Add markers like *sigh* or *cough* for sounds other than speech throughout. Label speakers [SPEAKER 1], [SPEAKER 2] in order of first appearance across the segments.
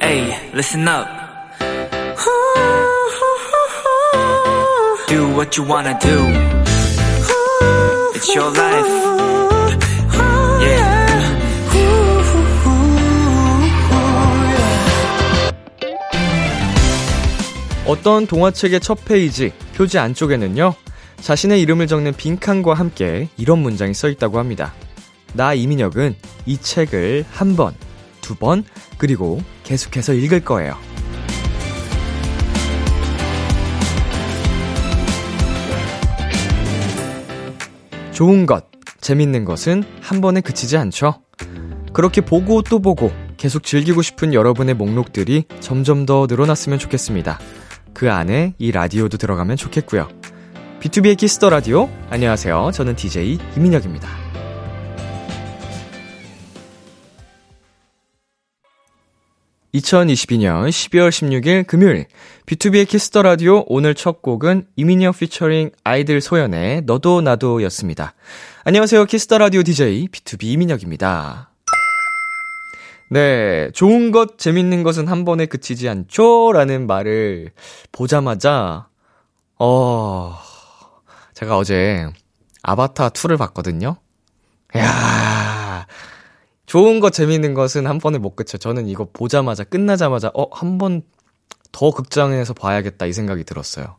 [SPEAKER 1] Hey, listen up. Do what you wanna do. It's your life.
[SPEAKER 2] 어떤 동화책의 첫 페이지, 표지 안쪽에는요, 자신의 이름을 적는 빈칸과 함께 이런 문장이 써 있다고 합니다. 나 이민혁은 이 책을 한 번, 두 번, 그리고 계속해서 읽을 거예요. 좋은 것, 재밌는 것은 한 번에 그치지 않죠. 그렇게 보고 또 보고 계속 즐기고 싶은 여러분의 목록들이 점점 더 늘어났으면 좋겠습니다. 그 안에 이 라디오도 들어가면 좋겠고요. B2B의 키스터 라디오. 안녕하세요. 저는 DJ 이민혁입니다. 2022년 12월 16일 금요일 B2B의 키스터 라디오 오늘 첫 곡은 이민혁 피처링 아이들 소연의 너도 나도였습니다. 안녕하세요. 키스터 라디오 DJ B2B 이민혁입니다. 네, 좋은 것, 재밌는 것은 한 번에 그치지 않죠? 라는 말을 보자마자, 어, 제가 어제 아바타2를 봤거든요? 이야, 좋은 것, 재밌는 것은 한 번에 못 그쳐. 저는 이거 보자마자, 끝나자마자, 어, 한 번 더 극장에서 봐야겠다, 이 생각이 들었어요.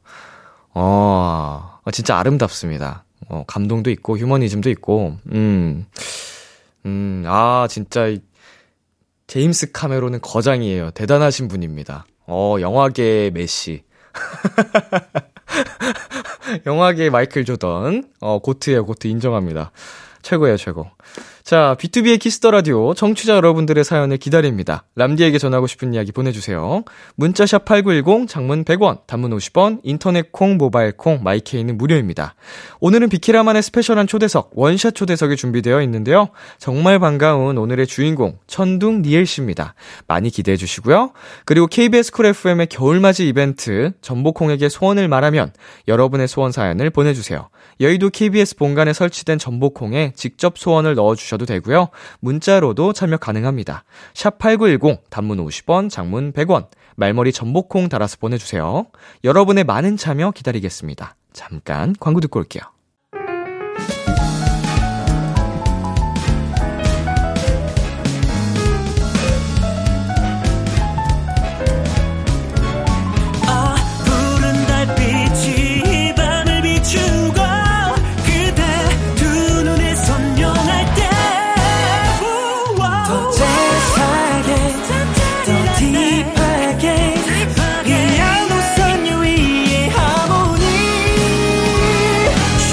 [SPEAKER 2] 어, 진짜 아름답습니다. 어, 감동도 있고, 휴머니즘도 있고, 음, 음, 아, 진짜, 이 제임스 카메론은 거장이에요. 대단하신 분입니다. 어, 영화계의 메시. *laughs* 영화계의 마이클 조던. 어, 고트예요, 고트. 인정합니다. 최고예요, 최고. 자, B2B의 키스터 라디오 청취자 여러분들의 사연을 기다립니다. 람디에게 전하고 싶은 이야기 보내 주세요. 문자샵 8910 장문 100원, 단문 50원, 인터넷 콩, 모바일 콩, 마이케이는 무료입니다. 오늘은 비키라만의 스페셜한 초대석, 원샷 초대석이 준비되어 있는데요. 정말 반가운 오늘의 주인공 천둥 니엘 씨입니다. 많이 기대해 주시고요. 그리고 KBS 쿨 FM의 겨울맞이 이벤트 전복콩에게 소원을 말하면 여러분의 소원 사연을 보내 주세요. 여의도 KBS 본관에 설치된 전복콩에 직접 소원을 넣어 주셔 도 되고요. 문자로도 참여 가능합니다. 샵 8910 단문 50원, 장문 100원. 말머리 전복콩 달아서 보내 주세요. 여러분의 많은 참여 기다리겠습니다. 잠깐 광고 듣고 올게요.
[SPEAKER 1] Oh,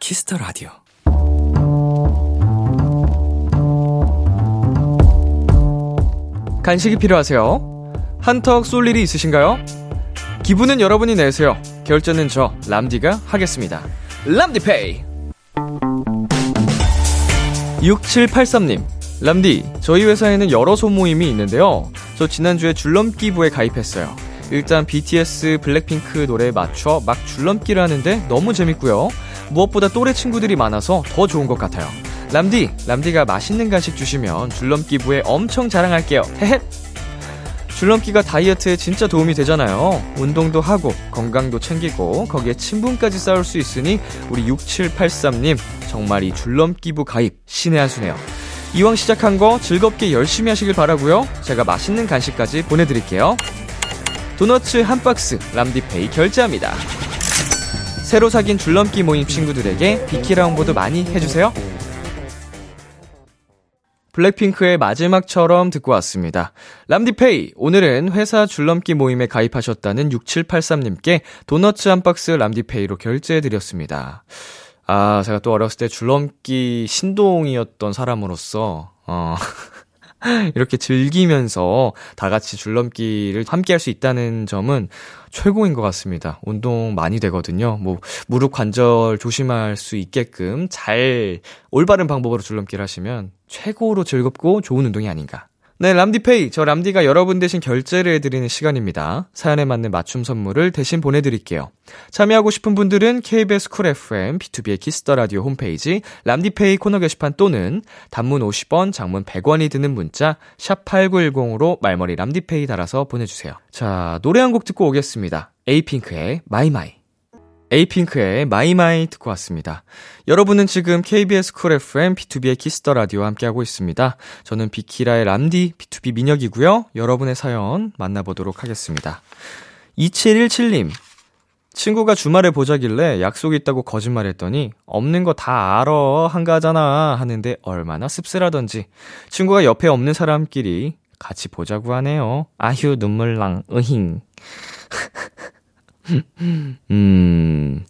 [SPEAKER 2] 키스터 라디오. 간식이 필요하세요? 한턱 쏠 일이 있으신가요? 기분은 여러분이 내세요. 결제는 저 람디가 하겠습니다. 람디페이. 6783님. 람디, 저희 회사에는 여러 소모임이 있는데요. 저 지난주에 줄넘기부에 가입했어요. 일단 BTS 블랙핑크 노래에 맞춰 막 줄넘기를 하는데 너무 재밌고요. 무엇보다 또래 친구들이 많아서 더 좋은 것 같아요. 람디, 람디가 맛있는 간식 주시면 줄넘기부에 엄청 자랑할게요. 헤헷! 줄넘기가 다이어트에 진짜 도움이 되잖아요. 운동도 하고, 건강도 챙기고, 거기에 친분까지 쌓을 수 있으니, 우리 6783님, 정말 이 줄넘기부 가입, 신의 한 수네요. 이왕 시작한 거 즐겁게 열심히 하시길 바라고요 제가 맛있는 간식까지 보내드릴게요. 도너츠 한 박스, 람디페이 결제합니다. 새로 사귄 줄넘기 모임 친구들에게 비키라 홍보도 많이 해주세요. 블랙핑크의 마지막처럼 듣고 왔습니다. 람디페이! 오늘은 회사 줄넘기 모임에 가입하셨다는 6783님께 도너츠 한 박스 람디페이로 결제해드렸습니다. 아, 제가 또 어렸을 때 줄넘기 신동이었던 사람으로서, 어, *laughs* 이렇게 즐기면서 다 같이 줄넘기를 함께 할 수 있다는 점은 최고인 것 같습니다. 운동 많이 되거든요. 뭐, 무릎 관절 조심할 수 있게끔 잘, 올바른 방법으로 줄넘기를 하시면 최고로 즐겁고 좋은 운동이 아닌가. 네, 람디페이. 저 람디가 여러분 대신 결제를 해드리는 시간입니다. 사연에 맞는 맞춤 선물을 대신 보내드릴게요. 참여하고 싶은 분들은 KBS 쿨 FM, B2B의 키스터 라디오 홈페이지, 람디페이 코너 게시판 또는 단문 50원, 장문 100원이 드는 문자, 샵8910으로 말머리 람디페이 달아서 보내주세요. 자, 노래 한 곡 듣고 오겠습니다. 에이핑크의 마이마이. 에이핑크의 마이마이 듣고 왔습니다. 여러분은 지금 KBS 쿨 FM B2B의 키스터 라디오와 함께하고 있습니다. 저는 비키라의 람디 B2B 민혁이고요. 여러분의 사연 만나보도록 하겠습니다. 2717님 친구가 주말에 보자길래 약속이 있다고 거짓말했더니 없는 거 다 알아 한가하잖아 하는데 얼마나 씁쓸하던지 친구가 옆에 없는 사람끼리 같이 보자고 하네요. 아휴 눈물랑 으힝. 음,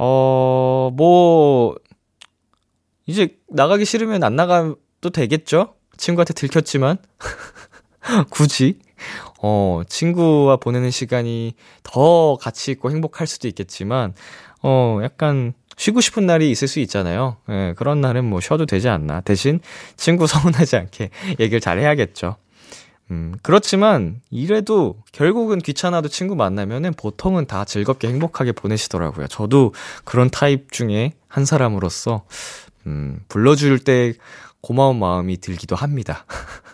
[SPEAKER 2] 어, 뭐, 이제 나가기 싫으면 안 나가도 되겠죠? 친구한테 들켰지만. *laughs* 굳이. 어, 친구와 보내는 시간이 더 가치 있고 행복할 수도 있겠지만, 어, 약간, 쉬고 싶은 날이 있을 수 있잖아요. 예, 그런 날은 뭐 쉬어도 되지 않나. 대신 친구 *laughs* 서운하지 않게 얘기를 잘 해야겠죠. 음, 그렇지만 이래도 결국은 귀찮아도 친구 만나면은 보통은 다 즐겁게 행복하게 보내시더라고요. 저도 그런 타입 중에 한 사람으로서 음, 불러줄 때 고마운 마음이 들기도 합니다.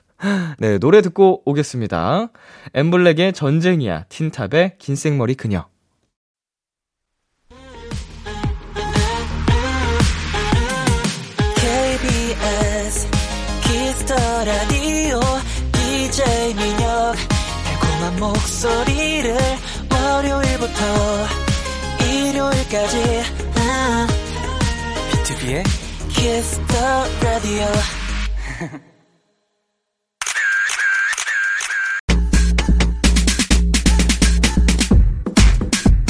[SPEAKER 2] *laughs* 네, 노래 듣고 오겠습니다. 엠블랙의 전쟁이야, 틴탑의 긴 생머리 그녀.
[SPEAKER 1] KBS 키스터 라디오 DJ 민혁 달콤한 목소리를 월요일부터 일요일까지 아,
[SPEAKER 3] 비투비의
[SPEAKER 1] 키스터 라디오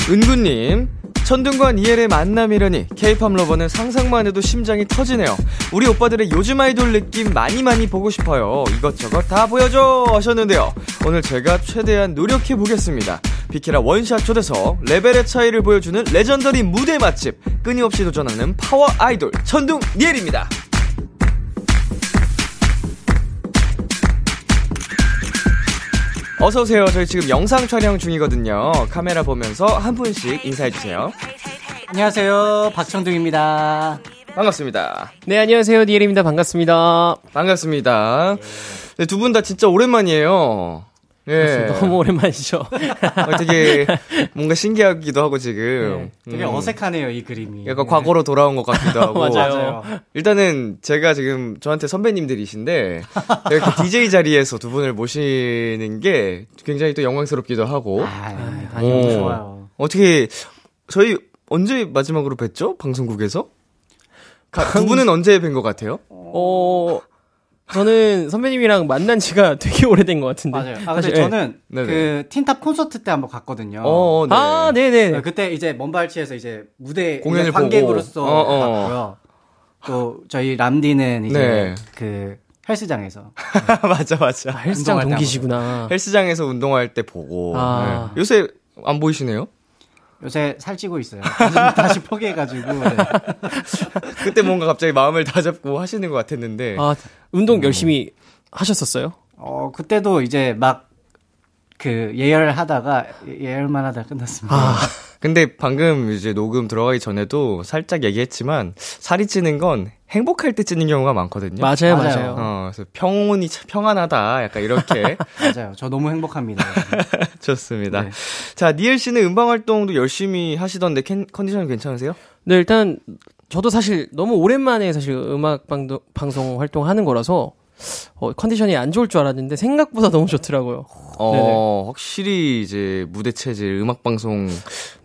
[SPEAKER 2] 은구님 천둥과 이엘의 만남이라니 케이팝 러버는 상상만 해도 심장이 터지네요 우리 오빠들의 요즘 아이돌 느낌 많이 많이 보고 싶어요 이것저것 다 보여줘 하셨는데요 오늘 제가 최대한 노력해 보겠습니다 비키라 원샷 초대서 레벨의 차이를 보여주는 레전더리 무대 맛집 끊임없이 도전하는 파워 아이돌 천둥 니엘입니다 어서 오세요. 저희 지금 영상 촬영 중이거든요. 카메라 보면서 한 분씩 인사해 주세요.
[SPEAKER 4] 안녕하세요. 박청둥입니다.
[SPEAKER 2] 반갑습니다.
[SPEAKER 5] 네, 안녕하세요. 니엘입니다. 반갑습니다.
[SPEAKER 2] 반갑습니다. 네, 두 분 다 진짜 오랜만이에요. 예.
[SPEAKER 5] 너무 오랜만이죠.
[SPEAKER 2] 어, 되게 뭔가 신기하기도 하고 지금.
[SPEAKER 4] 되게
[SPEAKER 2] 음,
[SPEAKER 4] 어색하네요, 이 그림이.
[SPEAKER 2] 약간 과거로 돌아온 것
[SPEAKER 4] *laughs*
[SPEAKER 2] 같기도 하고.
[SPEAKER 5] *laughs* 맞아요.
[SPEAKER 2] 일단은 제가 지금 저한테 선배님들이신데
[SPEAKER 4] *laughs*
[SPEAKER 2] 이렇게 DJ 자리에서 두 분을 모시는 게 굉장히 또 영광스럽기도 하고.
[SPEAKER 4] 아,
[SPEAKER 2] 오.
[SPEAKER 4] 아니, 좋아요.
[SPEAKER 2] 어떻게 저희 언제 마지막으로 뵀죠? 방송국에서? 가- 두 분은 언제 뵌 것 같아요?
[SPEAKER 5] 어, 저는 선배님이랑 만난 지가 되게 오래된 것 같은데.
[SPEAKER 4] 맞아요. 아, 근데
[SPEAKER 5] 사실, 예.
[SPEAKER 4] 저는
[SPEAKER 2] 네. 네네.
[SPEAKER 4] 그 틴탑 콘서트 때 한번 갔거든요.
[SPEAKER 2] 어, 어, 네.
[SPEAKER 5] 아, 네네.
[SPEAKER 4] 어, 그때 이제 먼발치에서 이제 무대
[SPEAKER 2] 공연을
[SPEAKER 4] 이제 관객으로서 아,
[SPEAKER 2] 보고. 어, 어.
[SPEAKER 4] 봤고요. 또 저희 람디는 이제
[SPEAKER 2] 네.
[SPEAKER 4] 그 헬스장에서
[SPEAKER 2] *laughs* 맞아 맞아.
[SPEAKER 5] 헬스장
[SPEAKER 4] 운동할 때 네.
[SPEAKER 5] 동기시구나.
[SPEAKER 2] 헬스장에서 운동할 때 보고.
[SPEAKER 5] 아.
[SPEAKER 2] 네. 요새 안 보이시네요?
[SPEAKER 4] 요새 살찌고 있어요. *laughs* 다시 포기해가지고 네.
[SPEAKER 2] 그때 뭔가 갑자기 마음을 다잡고 하시는 것 같았는데.
[SPEAKER 5] 아, 운동 열심히 하셨었어요?
[SPEAKER 4] 어 그때도 이제 막 그 예열 하다가 예열만 하다 가 끝났습니다.
[SPEAKER 2] 아. 근데 방금 이제 녹음 들어가기 전에도 살짝 얘기했지만 살이 찌는 건 행복할 때 찌는 경우가 많거든요.
[SPEAKER 5] 맞아요,
[SPEAKER 4] 예. 맞아요.
[SPEAKER 5] 맞아요.
[SPEAKER 2] 어, 그래서 평온이 참 평안하다. 약간
[SPEAKER 5] *laughs*
[SPEAKER 2] 이렇게
[SPEAKER 4] 맞아요. 저 너무 행복합니다.
[SPEAKER 2] 좋습니다.
[SPEAKER 4] 네.
[SPEAKER 2] 자, 니엘 씨는 음방 활동도 열심히 하시던데 캔- 컨디션 괜찮으세요?
[SPEAKER 5] 네, 일단 저도 사실 너무 오랜만에 사실 음악 방도, 방송 활동하는 거라서 어, 컨디션이 안 좋을 줄 알았는데 생각보다 너무 좋더라고요.
[SPEAKER 2] 어,
[SPEAKER 5] 네네.
[SPEAKER 2] 확실히 이제 무대 체질 음악 방송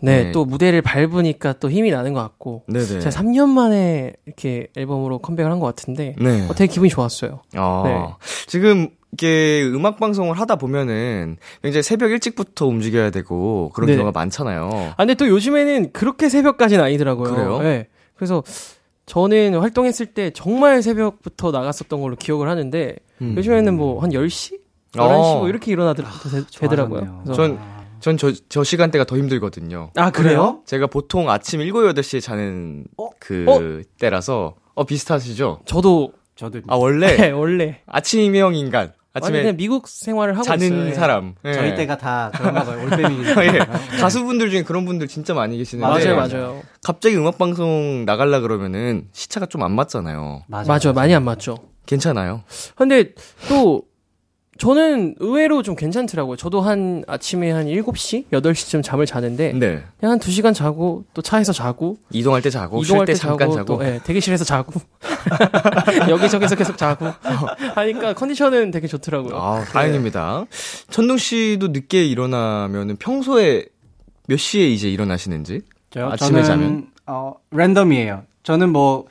[SPEAKER 5] 네,
[SPEAKER 2] 네.
[SPEAKER 5] 또 무대를 밟으니까 또 힘이 나는 것 같고
[SPEAKER 2] 네네.
[SPEAKER 5] 제가 3년 만에 이렇게 앨범으로 컴백을 한 것 같은데
[SPEAKER 2] 네.
[SPEAKER 5] 어, 되게 기분이 좋았어요.
[SPEAKER 2] 아,
[SPEAKER 5] 네.
[SPEAKER 2] 지금 이게
[SPEAKER 6] 그
[SPEAKER 2] 음악 방송을 하다 보면은 굉장히 새벽 일찍부터 움직여야 되고 그런
[SPEAKER 5] 네.
[SPEAKER 2] 경우가 많잖아요.
[SPEAKER 5] 아, 근데 또 요즘에는 그렇게 새벽까지는 아니더라고요.
[SPEAKER 2] 그래요?
[SPEAKER 5] 네. 그래서 저는 활동했을 때 정말 새벽부터 나갔었던 걸로 기억을 하는데
[SPEAKER 2] 음.
[SPEAKER 5] 요즘에는 뭐 한 10시?
[SPEAKER 2] 어.
[SPEAKER 5] 11시 뭐 이렇게 일어나더 되, 더라고요
[SPEAKER 4] 좋아졌네요.
[SPEAKER 2] 전, 전 저, 저 시간대가 더 힘들거든요.
[SPEAKER 5] 아, 그래요?
[SPEAKER 2] 제가 보통 아침 7, 8시에 자는 그
[SPEAKER 5] 어?
[SPEAKER 2] 때라서, 어, 비슷하시죠?
[SPEAKER 5] 저도
[SPEAKER 4] 저도
[SPEAKER 2] 아,
[SPEAKER 5] *laughs* 네.
[SPEAKER 2] 원래
[SPEAKER 5] 원래
[SPEAKER 2] 아침형 인간.
[SPEAKER 5] 아침에
[SPEAKER 6] 아침에
[SPEAKER 5] 그냥 미국 생활을 하고
[SPEAKER 6] 자는
[SPEAKER 5] 있어요. 예.
[SPEAKER 6] 사람. 예.
[SPEAKER 4] 저희 때가 다 그런가 봐요. 올빼미.
[SPEAKER 6] *laughs* 예. *laughs* 가수분들 중에 그런 분들 진짜 많이 계시는데
[SPEAKER 5] 맞아요,
[SPEAKER 4] 네.
[SPEAKER 5] 맞아요.
[SPEAKER 6] 갑자기 음악 방송 나갈라 그러면은 시차가 좀 안 맞잖아요.
[SPEAKER 5] 맞아요. 많이 안 맞죠.
[SPEAKER 6] 괜찮아요.
[SPEAKER 5] 근데 또 저는 의외로 좀 괜찮더라고요. 저도 한 아침에 한 7시, 8시쯤 잠을 자는데
[SPEAKER 6] 네.
[SPEAKER 5] 그냥 한 2시간 자고 또 차에서 자고
[SPEAKER 6] 이동할 때 자고 뭐 쉴
[SPEAKER 5] 이동할
[SPEAKER 6] 때
[SPEAKER 5] 때
[SPEAKER 6] 잠깐
[SPEAKER 5] 자고,
[SPEAKER 6] 자고.
[SPEAKER 5] 또 예, 대기실에서 자고 *laughs* 여기저기서 계속 자고 하니까 컨디션은 되게 좋더라고요.
[SPEAKER 6] 아, 다행입니다.
[SPEAKER 5] 네.
[SPEAKER 6] 천둥 씨도 늦게 일어나면은 평소에 몇 시에 이제 일어나시는지?
[SPEAKER 4] 저요?
[SPEAKER 6] 아침에
[SPEAKER 4] 저는
[SPEAKER 6] 자면?
[SPEAKER 4] 어, 랜덤이에요. 저는 뭐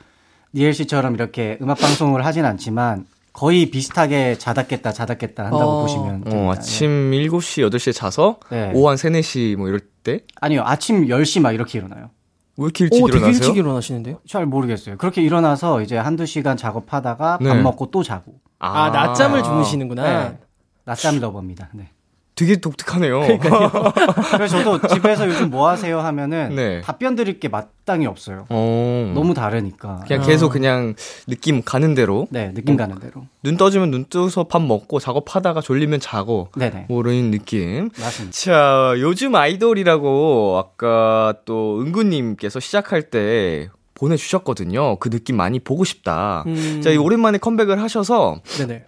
[SPEAKER 4] 니엘 씨처럼 이렇게 음악 방송을 하진 않지만 거의 비슷하게 자다 깼다 자다 깼다 한다고
[SPEAKER 5] 어.
[SPEAKER 4] 보시면 됩니다. 예.
[SPEAKER 6] 어, 아침 7시, 8시에 자서
[SPEAKER 4] 네.
[SPEAKER 6] 오후 한 3, 4시 뭐 이럴 때 왜
[SPEAKER 4] 예. 아니요. 아침 10시 막 이렇게 일어나요.
[SPEAKER 6] 이렇게 일찍
[SPEAKER 5] 오, 되게
[SPEAKER 6] 일어나세요?
[SPEAKER 5] 일찍 일어나시는데요?
[SPEAKER 4] 잘 모르겠어요. 그렇게 일어나서 이제 한두 시간 작업하다가 밥
[SPEAKER 6] 네. 아.
[SPEAKER 4] 먹고 또 자고.
[SPEAKER 5] 아, 낮잠을 주무시는구나.
[SPEAKER 4] 네. 낮잠 러버입니다. 네.
[SPEAKER 6] 되게 독특하네요.
[SPEAKER 4] 그래서 저도 집에서 요즘 뭐 하세요 하면은
[SPEAKER 6] 네.
[SPEAKER 4] 답변 드릴 게 마땅히 없어요.
[SPEAKER 6] *laughs* 어.
[SPEAKER 4] 너무 다르니까.
[SPEAKER 6] 그냥 계속 그냥 느낌 가는 대로
[SPEAKER 4] 네, 느낌 가는 대로.
[SPEAKER 6] 눈 떠지면 눈 뜨서 밥 먹고 작업하다가 졸리면 자고
[SPEAKER 4] 네네.
[SPEAKER 6] 모르는 느낌.
[SPEAKER 4] 맞습니다.
[SPEAKER 6] 자, 요즘 아이돌이라고 아까 또 은구님께서 시작할 때 보내주셨거든요. 그 느낌 많이 보고 싶다.
[SPEAKER 5] 음.
[SPEAKER 6] 자, 이 오랜만에 컴백을 하셔서
[SPEAKER 5] 네네.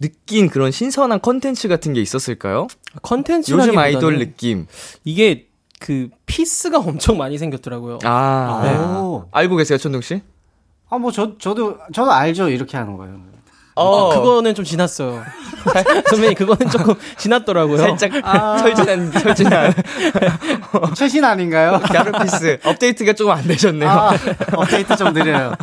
[SPEAKER 6] 느낀 그런 신선한 컨텐츠 같은 게 있었을까요?
[SPEAKER 5] 컨텐츠
[SPEAKER 6] 요즘 아이돌 느낌.
[SPEAKER 5] 이게 그 피스가 엄청 많이 생겼더라고요.
[SPEAKER 6] 아,
[SPEAKER 4] 오.
[SPEAKER 6] 네. 알고 계세요, 천둥 씨?
[SPEAKER 4] 아, 뭐, 저, 저도, 저도 알죠. 이렇게 하는 거예요.
[SPEAKER 6] 어,
[SPEAKER 5] 그거는 좀 지났어요. *laughs* 선배님 그거는 조금 지났더라고요.
[SPEAKER 6] 살짝
[SPEAKER 4] 아.
[SPEAKER 6] *laughs* 철진한 철진한
[SPEAKER 4] 최신 아닌가요?
[SPEAKER 5] *laughs*
[SPEAKER 6] 갸르피스 업데이트가 조금 안 되셨네요.
[SPEAKER 4] 아, *laughs* 업데이트 좀 드려요.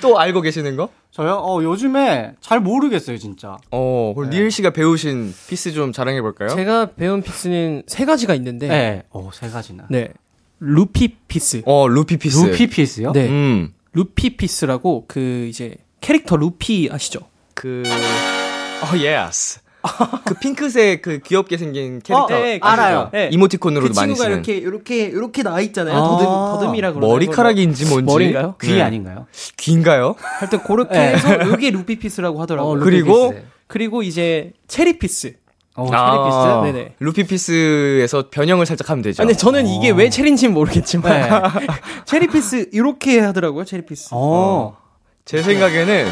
[SPEAKER 6] 또 알고 계시는 거?
[SPEAKER 4] 저요? 어, 요즘에 잘 모르겠어요, 진짜.
[SPEAKER 6] 어, 그럼 니엘 씨가 배우신 피스 좀 자랑해 볼까요?
[SPEAKER 5] 네. 제가 배운 피스는 세 가지가 있는데
[SPEAKER 4] 네. 어, 세 가지나.
[SPEAKER 5] 네. 루피 피스.
[SPEAKER 6] 어, 루피 피스.
[SPEAKER 4] 루피 피스요?
[SPEAKER 5] 네.
[SPEAKER 6] 음.
[SPEAKER 5] 루피 피스라고 그 이제 캐릭터 루피 아시죠?
[SPEAKER 6] 그
[SPEAKER 5] 아,
[SPEAKER 6] 어, 예스. *laughs* 그 핑크색 그 귀엽게 생긴 캐릭터.
[SPEAKER 5] 어, 네,
[SPEAKER 4] 알아요.
[SPEAKER 5] 네.
[SPEAKER 6] 이모티콘으로도
[SPEAKER 5] 그
[SPEAKER 6] 많이
[SPEAKER 5] 친구가
[SPEAKER 6] 쓰는
[SPEAKER 5] 이렇게 이렇게 이렇게 나와 있잖아요.
[SPEAKER 4] 아.
[SPEAKER 5] 더듬 더듬이라 그러나요?
[SPEAKER 6] 머리카락인지 뭔지
[SPEAKER 5] 뭐, 머리인가요?
[SPEAKER 4] 귀
[SPEAKER 6] 네.
[SPEAKER 4] 아닌가요?
[SPEAKER 6] 귀인가요?
[SPEAKER 5] 하여튼 그렇게
[SPEAKER 4] 네.
[SPEAKER 5] 해서 이게 루피 피스라고 하더라고요.
[SPEAKER 4] 어, 루피
[SPEAKER 6] 그리고
[SPEAKER 4] 피스.
[SPEAKER 5] 그리고 이제 체리 피스.
[SPEAKER 4] 어,
[SPEAKER 6] 아,
[SPEAKER 4] 체리 피스?
[SPEAKER 5] 네네.
[SPEAKER 6] 루피 피스에서 변형을 살짝 하면 되죠.
[SPEAKER 5] 아, 근데 저는 이게 왜 체리인지는 모르겠지만
[SPEAKER 4] 네.
[SPEAKER 5] *laughs* 체리 피스 이렇게 하더라고요. 체리 피스.
[SPEAKER 4] 어.
[SPEAKER 6] 제 생각에는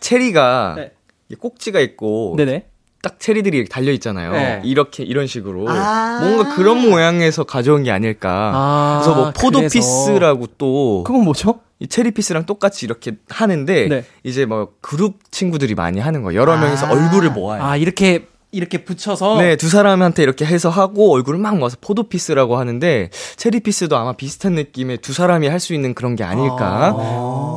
[SPEAKER 6] 체리가
[SPEAKER 5] 네.
[SPEAKER 6] 이 꼭지가 있고
[SPEAKER 5] 네네.
[SPEAKER 6] 딱 체리들이 달려 있잖아요.
[SPEAKER 4] 네.
[SPEAKER 6] 이렇게 이런 식으로 뭔가 그런 모양에서 가져온 게 아. 아닐까.
[SPEAKER 5] 아,
[SPEAKER 6] 그래서 뭐 포도
[SPEAKER 5] 그래서.
[SPEAKER 6] 피스라고 또
[SPEAKER 5] 그건 뭐죠?
[SPEAKER 6] 이 체리 피스랑 똑같이 이렇게 하는데
[SPEAKER 5] 네.
[SPEAKER 6] 이제 뭐 그룹 친구들이 많이 하는 거 여러 명이서 얼굴을 모아요.
[SPEAKER 5] 아 이렇게 이렇게 붙여서
[SPEAKER 6] 네, 두 사람한테 이렇게 해서 하고 얼굴을 막 모아서 포도 피스라고 하는데 체리 피스도 아마 비슷한 느낌의 두 사람이 할 수 있는 그런 게 아닐까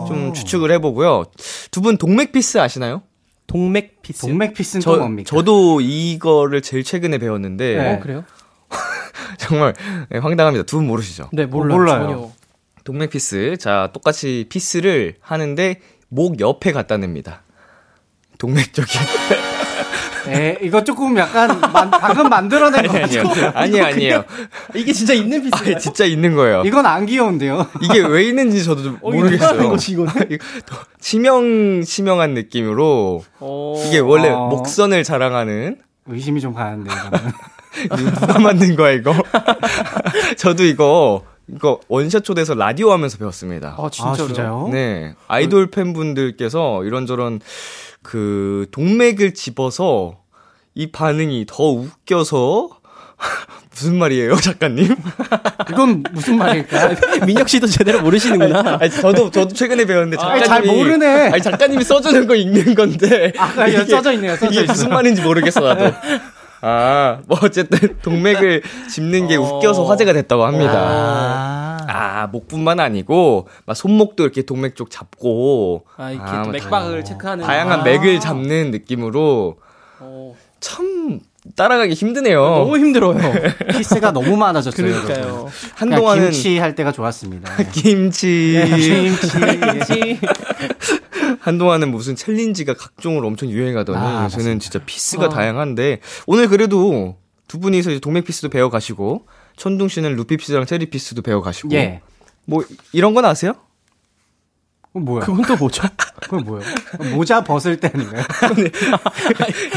[SPEAKER 6] 좀 추측을 해보고요. 두 분 동맥 피스 아시나요?
[SPEAKER 5] 동맥 피스.
[SPEAKER 4] 동맥 피스는 또
[SPEAKER 6] 저,
[SPEAKER 4] 뭡니까?
[SPEAKER 6] 저도 이거를 제일 최근에 배웠는데
[SPEAKER 4] 네.
[SPEAKER 5] 어 그래요?
[SPEAKER 6] *laughs* 정말 네, 황당합니다. 두 분 모르시죠?
[SPEAKER 5] 네 몰라요.
[SPEAKER 4] 몰라요.
[SPEAKER 5] 전혀.
[SPEAKER 6] 동맥 피스. 자, 똑같이 피스를 하는데 목 옆에 갖다 냅니다. 동맥 *laughs* 쪽에.
[SPEAKER 4] 에, 예, 이거 조금 약간 만- 방금 만들어낸 거
[SPEAKER 6] *laughs* 아니요.
[SPEAKER 4] 같아요.
[SPEAKER 6] 아니에요, 아니에요.
[SPEAKER 5] 이게 진짜 있는
[SPEAKER 6] 아니,
[SPEAKER 5] 피스예요?
[SPEAKER 6] 진짜 있는 거예요.
[SPEAKER 4] 이건 안 귀여운데요.
[SPEAKER 6] 이게 왜 있는지 저도 좀 모르겠어요. 이거 치명, 치명한 느낌으로. 이게 원래
[SPEAKER 4] 어.
[SPEAKER 6] 목선을 자랑하는.
[SPEAKER 4] 의심이 좀 가는데.
[SPEAKER 6] 아,
[SPEAKER 4] 이거는.
[SPEAKER 6] 이거 누가 만든 거야, *laughs* 이거? 저도 이거, 이거 원샷 초대에서 라디오 하면서 배웠습니다.
[SPEAKER 5] 아
[SPEAKER 4] 아,
[SPEAKER 5] 진짜로요?
[SPEAKER 4] 진짜요?
[SPEAKER 6] 네. 아이돌 팬분들께서 이런저런 그 동맥을 집어서 이 반응이 더 웃겨서 *laughs* 무슨 말이에요, 작가님?
[SPEAKER 4] 이건 무슨 말일까?
[SPEAKER 5] 민혁 아, 씨도 제대로 모르시는구나.
[SPEAKER 6] *laughs* 아니, 저도 저도 최근에 배웠는데
[SPEAKER 4] 아니,
[SPEAKER 6] 작가님이
[SPEAKER 4] 잘 모르네.
[SPEAKER 6] 아니, 작가님이 써주는 거 읽는 건데.
[SPEAKER 4] 아, 이거 써져 있네요, 써져
[SPEAKER 6] 이게
[SPEAKER 4] 있어.
[SPEAKER 6] 무슨 말인지 모르겠어 나도. 아, 뭐 어쨌든 동맥을 짚는 게 웃겨서 화제가 됐다고 합니다.
[SPEAKER 4] 아.
[SPEAKER 6] 아, 목뿐만 아니고 막 손목도 이렇게 동맥 쪽 잡고
[SPEAKER 5] 아 이렇게
[SPEAKER 6] 아,
[SPEAKER 5] 또 맥박을 체크하는
[SPEAKER 6] 다양한
[SPEAKER 5] 아.
[SPEAKER 6] 맥을 잡는 느낌으로
[SPEAKER 5] 어,
[SPEAKER 6] 참 따라가기 힘드네요.
[SPEAKER 5] 너무 힘들어요.
[SPEAKER 4] 피스가 너무 많아졌어요.
[SPEAKER 5] 그러니까요.
[SPEAKER 4] 한동안
[SPEAKER 6] 한동안은
[SPEAKER 4] 김치 할 때가 좋았습니다. 네.
[SPEAKER 6] 김치
[SPEAKER 4] 김치.
[SPEAKER 5] 그치?
[SPEAKER 6] *laughs* 한동안은 무슨 챌린지가 각종으로 엄청 유행하더니
[SPEAKER 4] 아,
[SPEAKER 6] 요새는 진짜 피스가 다양한데 오늘 그래도 두 분이서 이제 동맥 피스도 배워 가시고 뭐? 천둥 씨는 루피 피스랑 체리 피스도 배워 가시고
[SPEAKER 4] 예.
[SPEAKER 6] 뭐 이런 건 아세요?
[SPEAKER 4] 그건 뭐야?
[SPEAKER 5] 그건 또 뭐죠?
[SPEAKER 4] 그건 뭐예요? 모자 벗을 때는요?
[SPEAKER 6] *laughs*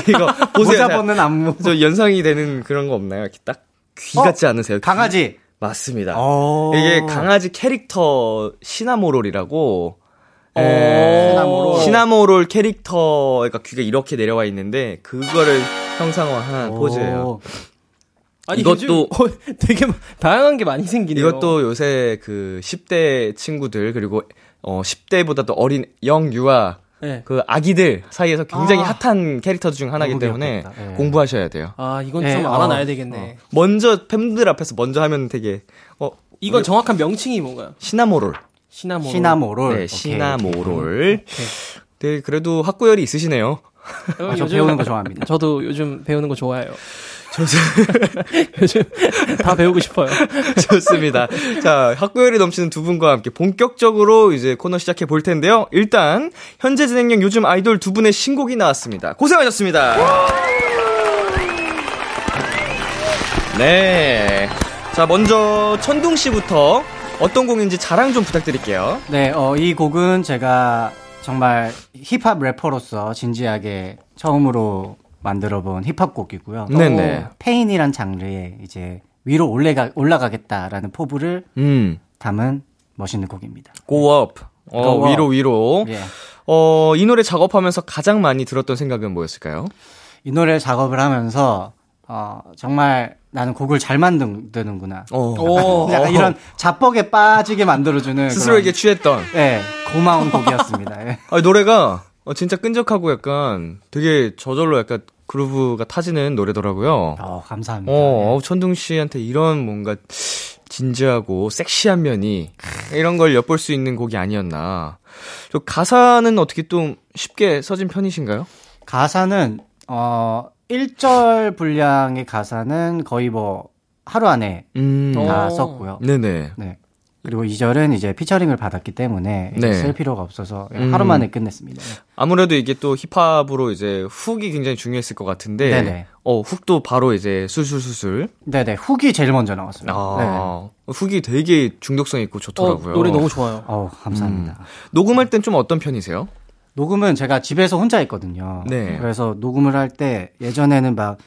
[SPEAKER 6] 이거 보세요.
[SPEAKER 4] 모자
[SPEAKER 6] 자,
[SPEAKER 4] 벗는 안무.
[SPEAKER 6] 저 연상이 되는 그런 거 없나요? 이렇게 딱 귀 같지
[SPEAKER 4] 어?
[SPEAKER 6] 않으세요? 귀?
[SPEAKER 4] 강아지.
[SPEAKER 6] 맞습니다.
[SPEAKER 4] 어.
[SPEAKER 6] 이게 강아지 캐릭터 시나모롤이라고
[SPEAKER 5] 어. 시나모롤.
[SPEAKER 6] 시나모롤 캐릭터 그러니까 귀가 이렇게 내려와 있는데 그거를 형상화한 포즈예요.
[SPEAKER 4] 오.
[SPEAKER 6] 이것도-
[SPEAKER 5] 요즘, 어, 되게 막 다양한 게 많이 생기네요.
[SPEAKER 6] 이것도 요새 그 10대 친구들 그리고 어 10대보다도 어린 영 유아
[SPEAKER 5] 네.
[SPEAKER 6] 그 아기들 사이에서 굉장히 핫한 캐릭터 중 하나이기
[SPEAKER 4] 너무
[SPEAKER 6] 때문에
[SPEAKER 4] 귀엽겠다. 예.
[SPEAKER 6] 공부하셔야 돼요.
[SPEAKER 5] 아 이건
[SPEAKER 4] 네,
[SPEAKER 5] 좀
[SPEAKER 4] 어,
[SPEAKER 5] 알아놔야 되겠네.
[SPEAKER 6] 먼저 팬들 앞에서 먼저 하면 되게 어
[SPEAKER 5] 이건 정확한 명칭이 뭔가요? 어,
[SPEAKER 6] 시나모롤.
[SPEAKER 5] 시나모.
[SPEAKER 4] 시나모롤.
[SPEAKER 6] 네,
[SPEAKER 4] 오케이. 음,
[SPEAKER 6] 시나모롤. 네, 그래도 학구열이 있으시네요.
[SPEAKER 5] 어,
[SPEAKER 4] 아, 저
[SPEAKER 5] 요즘-
[SPEAKER 4] 배우는 거 좋아합니다.
[SPEAKER 5] 저도 요즘 배우는 거 좋아해요. *laughs* 요즘 다 배우고 싶어요.
[SPEAKER 6] *laughs* 좋습니다. 자, 학구열이 넘치는 두 분과 함께 본격적으로 이제 코너 시작해 볼 텐데요. 일단 현재 진행형 요즘 아이돌 두 분의 신곡이 나왔습니다. 고생하셨습니다. 네. 자, 먼저 천둥 씨부터 어떤 곡인지 자랑 좀 부탁드릴게요.
[SPEAKER 4] 네, 어, 이 곡은 제가 정말 힙합 래퍼로서 진지하게 처음으로 만들어 본 힙합 곡이고요.
[SPEAKER 6] 네네.
[SPEAKER 4] 어, 페인이란 장르에 이제 위로 올라가, 올라가겠다라는 포부를
[SPEAKER 6] 음.
[SPEAKER 4] 담은 멋있는 곡입니다.
[SPEAKER 6] Go up. 어,
[SPEAKER 4] Go up.
[SPEAKER 6] 위로 위로.
[SPEAKER 4] 예.
[SPEAKER 6] 어, 이 노래 작업하면서 가장 많이 들었던 생각은 뭐였을까요?
[SPEAKER 4] 이 노래 작업을 하면서 어, 정말 나는 곡을 잘 만드는구나.
[SPEAKER 5] 오.
[SPEAKER 4] 약간 이런 자뻑에 빠지게 만들어주는
[SPEAKER 6] 어. *laughs* 스스로에게 취했던
[SPEAKER 4] 그런, 예, 고마운 곡이었습니다. 예.
[SPEAKER 6] 아, 노래가 어, 진짜 끈적하고 약간 되게 저절로 약간 그루브가 타지는 노래더라고요.
[SPEAKER 4] 어, 감사합니다.
[SPEAKER 6] 어, 어우, 천둥 씨한테 이런 뭔가 진지하고 섹시한 면이 이런 걸 엿볼 수 있는 곡이 아니었나. 저 가사는 어떻게 좀 쉽게 써진 편이신가요?
[SPEAKER 4] 가사는 어 1절 분량의 가사는 거의 뭐 하루 안에
[SPEAKER 6] 음.
[SPEAKER 4] 다
[SPEAKER 5] 오.
[SPEAKER 4] 썼고요.
[SPEAKER 6] 네네.
[SPEAKER 4] 네. 그리고 2절은 이제 피처링을 받았기 때문에 이제
[SPEAKER 6] 네.
[SPEAKER 4] 쓸 필요가 없어서
[SPEAKER 6] 음.
[SPEAKER 4] 하루 만에 끝냈습니다.
[SPEAKER 6] 아무래도 이게 또 힙합으로 이제 훅이 굉장히 중요했을 것 같은데,
[SPEAKER 4] 네네.
[SPEAKER 6] 어 훅도 바로 이제 술술술술.
[SPEAKER 4] 네, 네. 훅이 제일 먼저 나왔어요. 네.
[SPEAKER 6] 아, 훅이 되게 중독성 있고
[SPEAKER 5] 어,
[SPEAKER 6] 좋더라고요.
[SPEAKER 5] 노래 너무 좋아요.
[SPEAKER 4] 어, 감사합니다.
[SPEAKER 6] 녹음할 땐 좀 어떤 편이세요?
[SPEAKER 4] 녹음은 제가 집에서 혼자 했거든요.
[SPEAKER 6] 네.
[SPEAKER 4] 그래서 녹음을 할 때 예전에는 막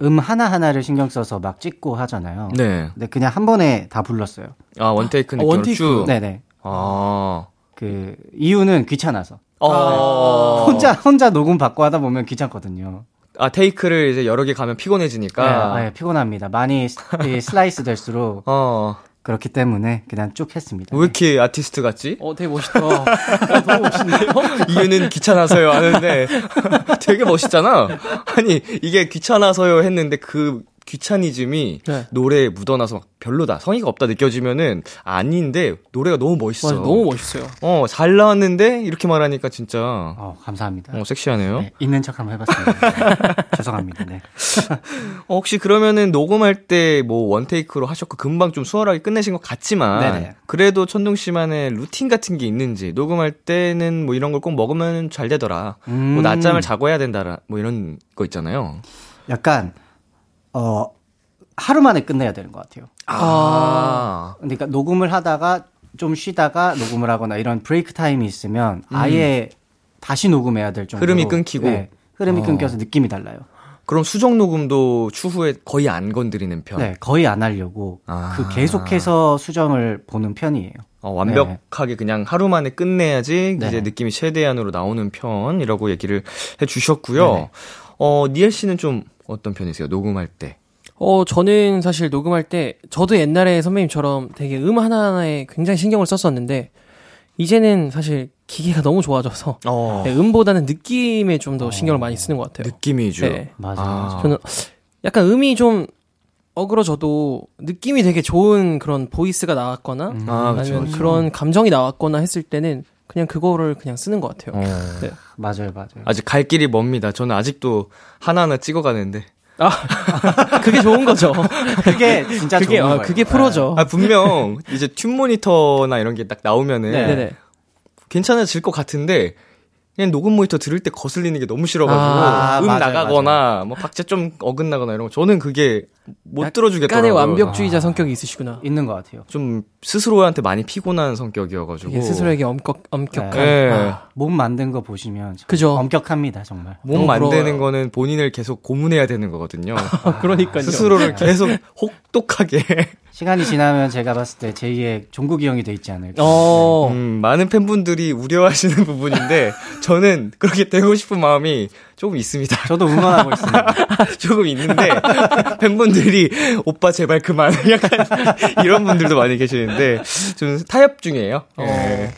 [SPEAKER 4] 음 하나하나를 신경 써서 막 찍고 하잖아요.
[SPEAKER 6] 네.
[SPEAKER 4] 근데 그냥 한 번에 다 불렀어요.
[SPEAKER 6] 아,
[SPEAKER 5] 아,
[SPEAKER 6] 원테이크 느낌으로
[SPEAKER 5] 원테이크.
[SPEAKER 6] 쭉.
[SPEAKER 4] 네, 네.
[SPEAKER 6] 아.
[SPEAKER 4] 그 이유는 귀찮아서.
[SPEAKER 6] 어.
[SPEAKER 4] 혼자 혼자 녹음 받고 하다 보면 귀찮거든요.
[SPEAKER 6] 아, 테이크를 이제 여러 개 가면 피곤해지니까.
[SPEAKER 5] 아, 예.
[SPEAKER 4] 네, 네, 피곤합니다. 많이 스- 이 슬라이스 될수록
[SPEAKER 6] 어.
[SPEAKER 4] 그렇기 때문에 그냥 쭉 했습니다.
[SPEAKER 6] 왜 이렇게 아티스트 같지?
[SPEAKER 5] 어, 되게 멋있다. 어, 너무 멋있네요. *laughs*
[SPEAKER 6] 이유는 귀찮아서요 하는데 *laughs* 되게 멋있잖아. 아니, 이게 귀찮아서요 했는데 그 귀차니즘이
[SPEAKER 5] 네.
[SPEAKER 6] 노래에 묻어나서 막 별로다. 성의가 없다 느껴지면은 아닌데 노래가 너무 멋있어.
[SPEAKER 5] 맞아, 너무 멋있어요.
[SPEAKER 6] 어, 잘 나왔는데 이렇게 말하니까 진짜
[SPEAKER 4] 어, 감사합니다.
[SPEAKER 6] 어, 섹시하네요.
[SPEAKER 4] 네, 있는 척 한번 해봤습니다. *laughs* 죄송합니다. 네.
[SPEAKER 6] 어, 혹시 그러면은 녹음할 때 뭐 원테이크로 하셨고 금방 좀 수월하게 끝내신 것 같지만
[SPEAKER 4] 네네.
[SPEAKER 6] 그래도 천둥 씨만의 루틴 같은 게 있는지 녹음할 때는 뭐 이런 걸 꼭 먹으면 잘 되더라. 뭐
[SPEAKER 4] 음.
[SPEAKER 6] 낮잠을 자고 해야 된다라 뭐 이런 거 있잖아요.
[SPEAKER 4] 약간 어 하루 만에 끝내야 되는 것 같아요.
[SPEAKER 6] 아.
[SPEAKER 4] 그러니까 녹음을 하다가 좀 쉬다가 녹음을 하거나 이런 브레이크 타임이 있으면 아예 다시 녹음해야 될 정도로
[SPEAKER 6] 흐름이 끊기고?
[SPEAKER 4] 네, 흐름이
[SPEAKER 6] 어.
[SPEAKER 4] 끊겨서 느낌이 달라요.
[SPEAKER 6] 아. 그럼 수정 녹음도 추후에 거의 안 건드리는 편.
[SPEAKER 4] 네, 거의 안 하려고
[SPEAKER 6] 아.
[SPEAKER 4] 그 계속해서 수정을 보는 편이에요.
[SPEAKER 6] 어, 완벽하게 그냥 하루 만에 끝내야지
[SPEAKER 4] 네.
[SPEAKER 6] 이제 느낌이 최대한으로 나오는 편이라고 얘기를 해 주셨고요. 어, 니엘 씨는 좀 어떤 편이세요? 녹음할 때.
[SPEAKER 5] 어, 저는 사실 녹음할 때, 저도 옛날에 선배님처럼 되게 음 하나하나에 굉장히 신경을 썼었는데, 이제는 사실 기계가 너무 좋아져서,
[SPEAKER 6] 어.
[SPEAKER 5] 네, 음보다는 느낌에 좀 더 신경을 많이 쓰는 것 같아요.
[SPEAKER 6] 느낌 위주.
[SPEAKER 5] 네.
[SPEAKER 4] 맞아.
[SPEAKER 6] 아.
[SPEAKER 5] 저는 약간 음이 좀 어그러져도 느낌이 되게 좋은 그런 보이스가 나왔거나,
[SPEAKER 6] 아, 그쵸,
[SPEAKER 5] 아니면
[SPEAKER 6] 그쵸.
[SPEAKER 5] 그런 감정이 나왔거나 했을 때는 그냥 그거를 그냥 쓰는 것 같아요.
[SPEAKER 6] 어.
[SPEAKER 5] 네.
[SPEAKER 4] 맞아요, 맞아요.
[SPEAKER 6] 음. 아직 갈 길이 멉니다. 저는 아직도 하나하나 찍어가는데.
[SPEAKER 5] 아, *laughs* 그게 좋은 거죠.
[SPEAKER 4] 그게 진짜
[SPEAKER 5] 그게,
[SPEAKER 4] 좋은
[SPEAKER 5] 아,
[SPEAKER 4] 거예요.
[SPEAKER 5] 그게 프로죠.
[SPEAKER 6] 아,
[SPEAKER 5] *laughs*
[SPEAKER 6] 분명 이제 튜브 모니터나 이런 게 딱 나오면은
[SPEAKER 5] 네. 네네.
[SPEAKER 6] 괜찮아질 것 같은데 그냥 녹음 모니터 들을 때 거슬리는 게 너무 싫어가지고
[SPEAKER 4] 아,
[SPEAKER 6] 음
[SPEAKER 4] 맞아요,
[SPEAKER 6] 나가거나 뭐 박자 좀 어긋나거나 이런 거 저는 그게 못
[SPEAKER 5] 약간의
[SPEAKER 6] 들어주겠더라고요.
[SPEAKER 5] 완벽주의자 성격이 있으시구나.
[SPEAKER 4] 있는 것 같아요.
[SPEAKER 6] 좀 스스로한테 많이 피곤한 성격이어가지고
[SPEAKER 5] 이게 스스로에게 엄격, 엄격한.
[SPEAKER 6] 예.
[SPEAKER 5] 아,
[SPEAKER 4] 몸 만든 거 보시면 참
[SPEAKER 5] 그죠.
[SPEAKER 4] 엄격합니다 정말.
[SPEAKER 6] 몸
[SPEAKER 5] 너무 부러워요.
[SPEAKER 6] 만드는 거는 본인을 계속 고문해야 되는 거거든요.
[SPEAKER 5] *laughs* 네. 아, 그러니까요. 네.
[SPEAKER 6] 스스로를 계속 혹독하게
[SPEAKER 4] 시간이 지나면 제가 봤을 때 제2의 종국이 형이 돼 있지 않을까.
[SPEAKER 5] 어,
[SPEAKER 6] 음, 많은 팬분들이 우려하시는 *laughs* 부분인데 저는 그렇게 되고 싶은 마음이 조금 있습니다.
[SPEAKER 4] 저도 응원하고 있습니다.
[SPEAKER 6] *laughs* 조금 있는데 팬분들이 오빠 제발 그만 *laughs* 약간 이런 분들도 많이 계시는데 좀 타협 중이에요.
[SPEAKER 4] 어.
[SPEAKER 6] 예.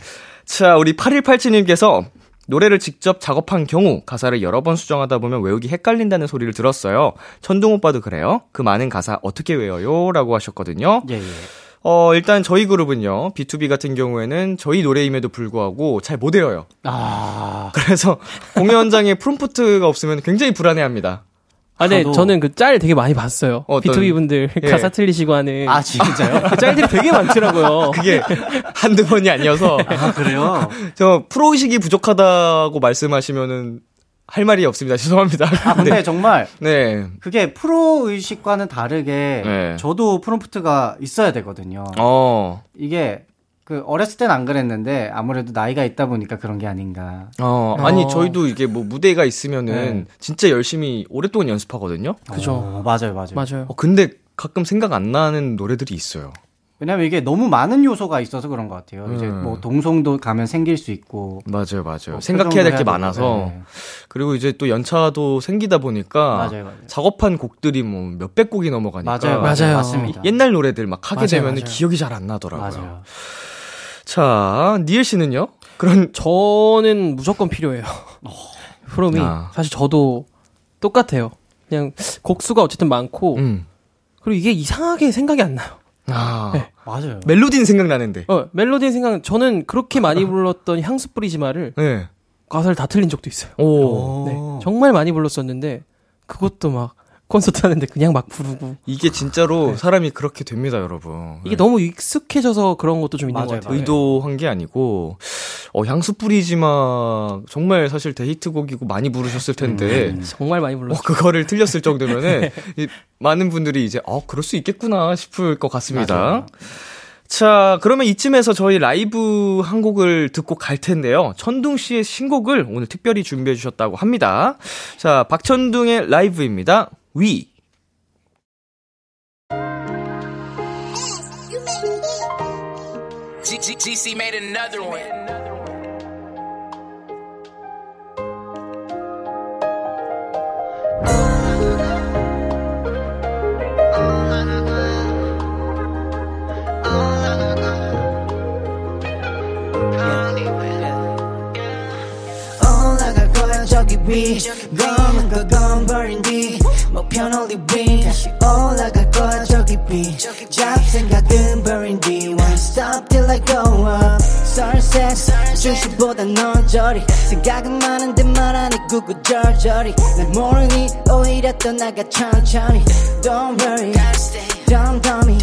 [SPEAKER 6] 자 우리 8187님께서 노래를 직접 작업한 경우 가사를 여러 번 수정하다 보면 외우기 헷갈린다는 소리를 들었어요. 천둥 오빠도 그래요? 그 많은 가사 어떻게 외워요?라고 하셨거든요.
[SPEAKER 4] 예, 예.
[SPEAKER 6] 어 일단 저희 그룹은요 B2B 같은 경우에는 저희 노래임에도 불구하고 잘 못 외워요.
[SPEAKER 4] 아,
[SPEAKER 6] 그래서 공연장에 프롬프트가 없으면 굉장히 불안해합니다.
[SPEAKER 5] 아, 네,
[SPEAKER 4] 저도-
[SPEAKER 5] 저는 그 짤 되게 많이 봤어요.
[SPEAKER 6] 어떤-
[SPEAKER 5] B2B 분들
[SPEAKER 6] 예.
[SPEAKER 5] 가사 틀리시고 하는 *laughs*
[SPEAKER 4] 아 진짜요?
[SPEAKER 5] 그 짤들이 되게 많더라고요.
[SPEAKER 6] *laughs* 그게 한두 번이 아니어서
[SPEAKER 4] 아 그래요?
[SPEAKER 6] 저 프로 의식이 부족하다고 말씀하시면은 할 말이 없습니다. 죄송합니다. *laughs*
[SPEAKER 4] 아 근데 정말
[SPEAKER 6] 네.
[SPEAKER 4] 그게 프로 의식과는 다르게
[SPEAKER 6] 네.
[SPEAKER 4] 저도 프롬프트가 있어야 되거든요.
[SPEAKER 6] 어.
[SPEAKER 4] 이게 그 어렸을 땐 안 그랬는데 아무래도 나이가 있다 보니까 그런 게 아닌가.
[SPEAKER 6] 어, 네. 아니 저희도 이게 뭐 무대가 있으면은 진짜 열심히 오랫동안 연습하거든요.
[SPEAKER 5] 그죠.
[SPEAKER 4] 어, 맞아요, 맞아요.
[SPEAKER 5] 맞아요.
[SPEAKER 6] 어, 근데 가끔 생각 안 나는 노래들이 있어요.
[SPEAKER 4] 왜냐면 이게 너무 많은 요소가 있어서 그런 것 같아요. 이제
[SPEAKER 6] 음.
[SPEAKER 4] 뭐 동성도 가면 생길 수 있고
[SPEAKER 6] 맞아요, 맞아요. 어, 그
[SPEAKER 4] 뭐
[SPEAKER 6] 생각해야 될
[SPEAKER 4] 표정도
[SPEAKER 6] 게
[SPEAKER 4] 해야
[SPEAKER 6] 많아서
[SPEAKER 4] 되고, 네.
[SPEAKER 6] 그리고 이제 또 연차도 생기다 보니까
[SPEAKER 4] 맞아요, 맞아요.
[SPEAKER 6] 작업한 곡들이 뭐 몇백 곡이 넘어가니까
[SPEAKER 4] 맞아요, 맞아요,
[SPEAKER 5] 맞아요.
[SPEAKER 4] 맞습니다.
[SPEAKER 6] 그러니까. 옛날 노래들 막 하게
[SPEAKER 5] 맞아요,
[SPEAKER 6] 되면 은
[SPEAKER 5] 맞아요.
[SPEAKER 6] 기억이 잘 안 나더라고요.
[SPEAKER 4] 맞아요.
[SPEAKER 6] 자, 니엘 씨는요? 그런
[SPEAKER 5] 저는 무조건 필요해요. 프롬이
[SPEAKER 6] 아.
[SPEAKER 5] 사실 저도 똑같아요. 그냥 곡수가 어쨌든 많고
[SPEAKER 6] 음.
[SPEAKER 5] 그리고 이게 이상하게 생각이 안 나요.
[SPEAKER 6] 아.
[SPEAKER 5] 네.
[SPEAKER 4] 맞아요.
[SPEAKER 6] 멜로디는 생각나는데.
[SPEAKER 5] 어, 멜로디 생각 저는 그렇게 많이 불렀던 향수 뿌리지 마를
[SPEAKER 6] 네.
[SPEAKER 5] 가사를 다 틀린 적도 있어요.
[SPEAKER 6] 오.
[SPEAKER 5] 네, 정말 많이 불렀었는데 그것도 막 콘서트 하는데 그냥 막 부르고
[SPEAKER 6] 이게
[SPEAKER 4] 네.
[SPEAKER 6] 진짜로 사람이 그렇게 됩니다, 여러분.
[SPEAKER 5] 이게 너무 익숙해져서 그런 것도 좀 있는 것
[SPEAKER 4] 맞아요,
[SPEAKER 5] 같아요.
[SPEAKER 6] 의도한 게 아니고 어 향수 뿌리지마 정말 사실 데이트곡이고 많이 부르셨을
[SPEAKER 4] 음.
[SPEAKER 6] 텐데
[SPEAKER 5] 네. 정말 많이
[SPEAKER 6] 어,
[SPEAKER 5] 불렀어요.
[SPEAKER 6] 그거를 틀렸을
[SPEAKER 5] *laughs* 네.
[SPEAKER 6] 정도면은 이 많은 분들이 이제 어 그럴 수 있겠구나 싶을 것 같습니다.
[SPEAKER 4] 맞아요.
[SPEAKER 6] 자, 그러면 이쯤에서 저희 라이브 한 곡을 듣고 갈 텐데요. 천둥 씨의 신곡을 오늘 특별히 준비해 주셨다고 합니다. 자, 박천둥의 라이브입니다. 위.
[SPEAKER 1] G- G- GC made another one.
[SPEAKER 7] 올라갈 거야 저기 위 검은 거 검버린 뒤 목표는 only win 다시 올라갈 거야 저기 위 잡생각은 버린 뒤 Won't stop till I go up Success 주식보다 넌 저리 생각은 많은데 말안 해 구구절절이 날 모르니 오히려 떠나가 천천히 Don't worry Dumb dummy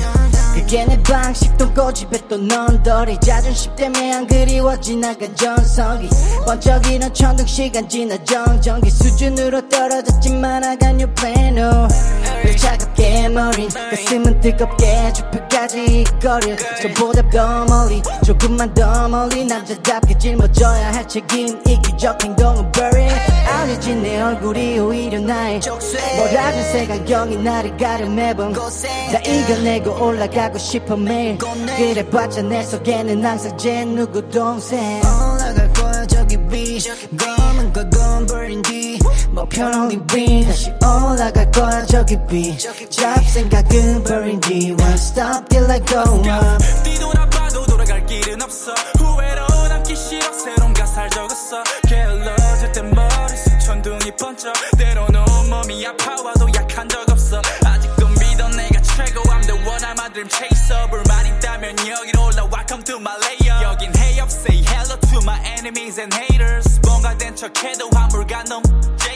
[SPEAKER 7] 그게 내 방식 또 고집에 또넌 덜이 자존심 때문에 안 그리워 지나간 전성기 번쩍이는 천둥 시간 지나 정전기 수준으로 떨어졌지만 I got new plan oh 늘 차갑게 머린 가슴은 뜨겁게 좁혀가지 이 거리 저보다 더 멀리 조금만 더 멀리 남자답게 짊어져야 할 책임 이기적 행동은 bury 아려진 내 얼굴이 오히려 나의 뭐라든 색안경이 나를 가름해봄 다 이겨내고 올라가고 싶어 매일 그래봤자 내 속에는 항상 제 누구 동생 올라갈 거야 저기 위 검은 거 검버린 뒤 목표는 only win 다시 올라갈 거야 저기 위 잡생각은 버린 뒤 Won't stop till I go up
[SPEAKER 1] 뒤돌아봐도 돌아갈 길은 없어 후회로 남기 싫어 새로운 가사를 적었어 게을러질 땐 머릿속 천둥이 번쩍 때로는 몸이 아파와도 약한 적 없어 아직도 믿어 내가 최고 I'm the one I'm a dream chaser 불만 있다면 여기로 올라와 come to my layer 여긴 hey up say hello to my enemies and haters 뭔가 된 척해도 화물가 넘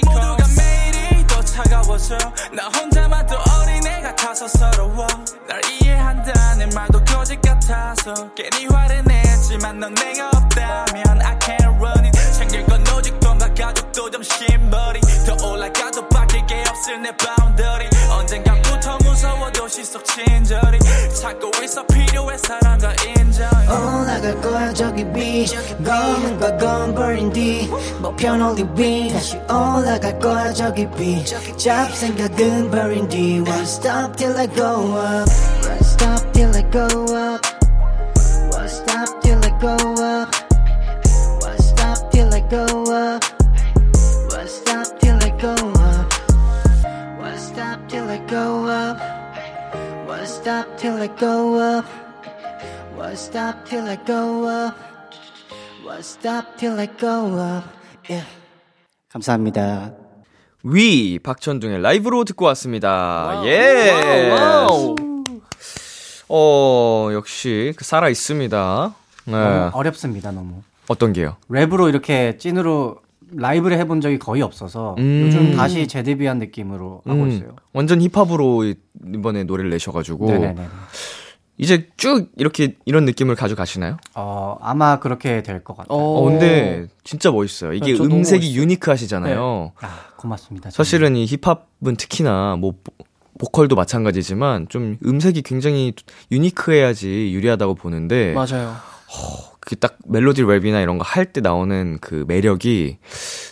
[SPEAKER 1] 모두가 매일이 더 차가워져 나 혼자만 더 어린애 같아서 서러워 날 이해한다는 말도 거짓 같아서 괜히 화를 냈지만 넌 내가 없다면 I can't run it 챙길 건 오직 돈과 가족도 점심머리 더 올라가도 바뀔 게 없을 내 바운더리 언젠가부터 무서워 찾고 있어 필요해 사람 다 인정
[SPEAKER 7] 올라갈 거야 Oh, 저기 위 검은 과 검버린 뒤뭐편 올린 위 다시 올라갈 거야 저기 위 잡생각은 버린 뒤 Won't stop till I go up Won't stop till I go up Won't stop till I go up Won't stop till I go up Won't stop till I go up Won't stop till I go up Won't stop till I go up Won't stop till I go up. Won't stop till I go up. Yeah.
[SPEAKER 4] 감사합니다.
[SPEAKER 6] 위 박천둥의 라이브로 듣고 왔습니다. 예. 어 역시 그 살아 있습니다. 네.
[SPEAKER 4] 너무 어렵습니다, 너무.
[SPEAKER 6] 어떤 게요?
[SPEAKER 4] 랩으로 이렇게 찐으로 라이브를 해본 적이 거의 없어서
[SPEAKER 6] 음.
[SPEAKER 4] 요즘 다시 재데뷔한 느낌으로 하고
[SPEAKER 6] 음,
[SPEAKER 4] 있어요.
[SPEAKER 6] 완전 힙합으로 이- 이번에 노래를 내셔가지고
[SPEAKER 4] 네네네.
[SPEAKER 6] 이제 쭉 이렇게 이런 느낌을 가져가시나요?
[SPEAKER 4] 어, 아마 그렇게 될 것 같아요.
[SPEAKER 6] 어, 근데 진짜 멋있어요. 이게
[SPEAKER 5] 네, 저 너무
[SPEAKER 6] 음색이 유니크하시잖아요.
[SPEAKER 4] 아, 고맙습니다. 정말.
[SPEAKER 6] 사실은 이 힙합은 특히나 뭐 보- 보컬도 마찬가지지만 좀 음색이 굉장히 유니크해야지 유리하다고 보는데
[SPEAKER 5] 맞아요.
[SPEAKER 6] 그게 딱 멜로디 랩이나 이런 거 할 때 나오는 그 매력이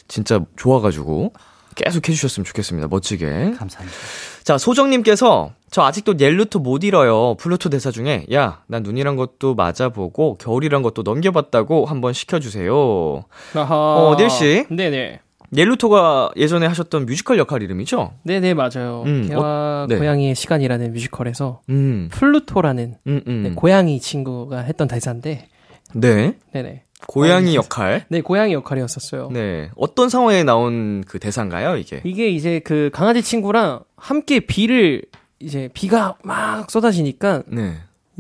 [SPEAKER 6] 진짜 좋아가지고 계속 해주셨으면 좋겠습니다. 멋지게.
[SPEAKER 4] 감사합니다.
[SPEAKER 6] 자, 소정님께서 저 아직도 옐루토 못 잃어요. 플루토 대사 중에 야, 난 눈이란 것도 맞아보고 겨울이란 것도 넘겨봤다고 한번 시켜주세요.
[SPEAKER 5] 아하.
[SPEAKER 6] 어, 닐 씨.
[SPEAKER 5] 네네.
[SPEAKER 6] 옐루토가 예전에 하셨던 뮤지컬 역할 이름이죠?
[SPEAKER 5] 네네, 맞아요.
[SPEAKER 6] 음,
[SPEAKER 5] 개와
[SPEAKER 6] 어, 네.
[SPEAKER 5] 고양이의 시간이라는 뮤지컬에서
[SPEAKER 6] 음,
[SPEAKER 5] 플루토라는
[SPEAKER 6] 음, 음.
[SPEAKER 5] 네,
[SPEAKER 6] 네,
[SPEAKER 5] 고양이 친구가 했던 대사인데, 네네.
[SPEAKER 6] 고양이 역할.
[SPEAKER 5] 네, 고양이 역할이었었어요.
[SPEAKER 6] 네, 어떤 상황에 나온 그 대사인가요, 이게?
[SPEAKER 5] 이게 이제 그 강아지 친구랑 함께 비를 이제 비가 막 쏟아지니까
[SPEAKER 6] 네,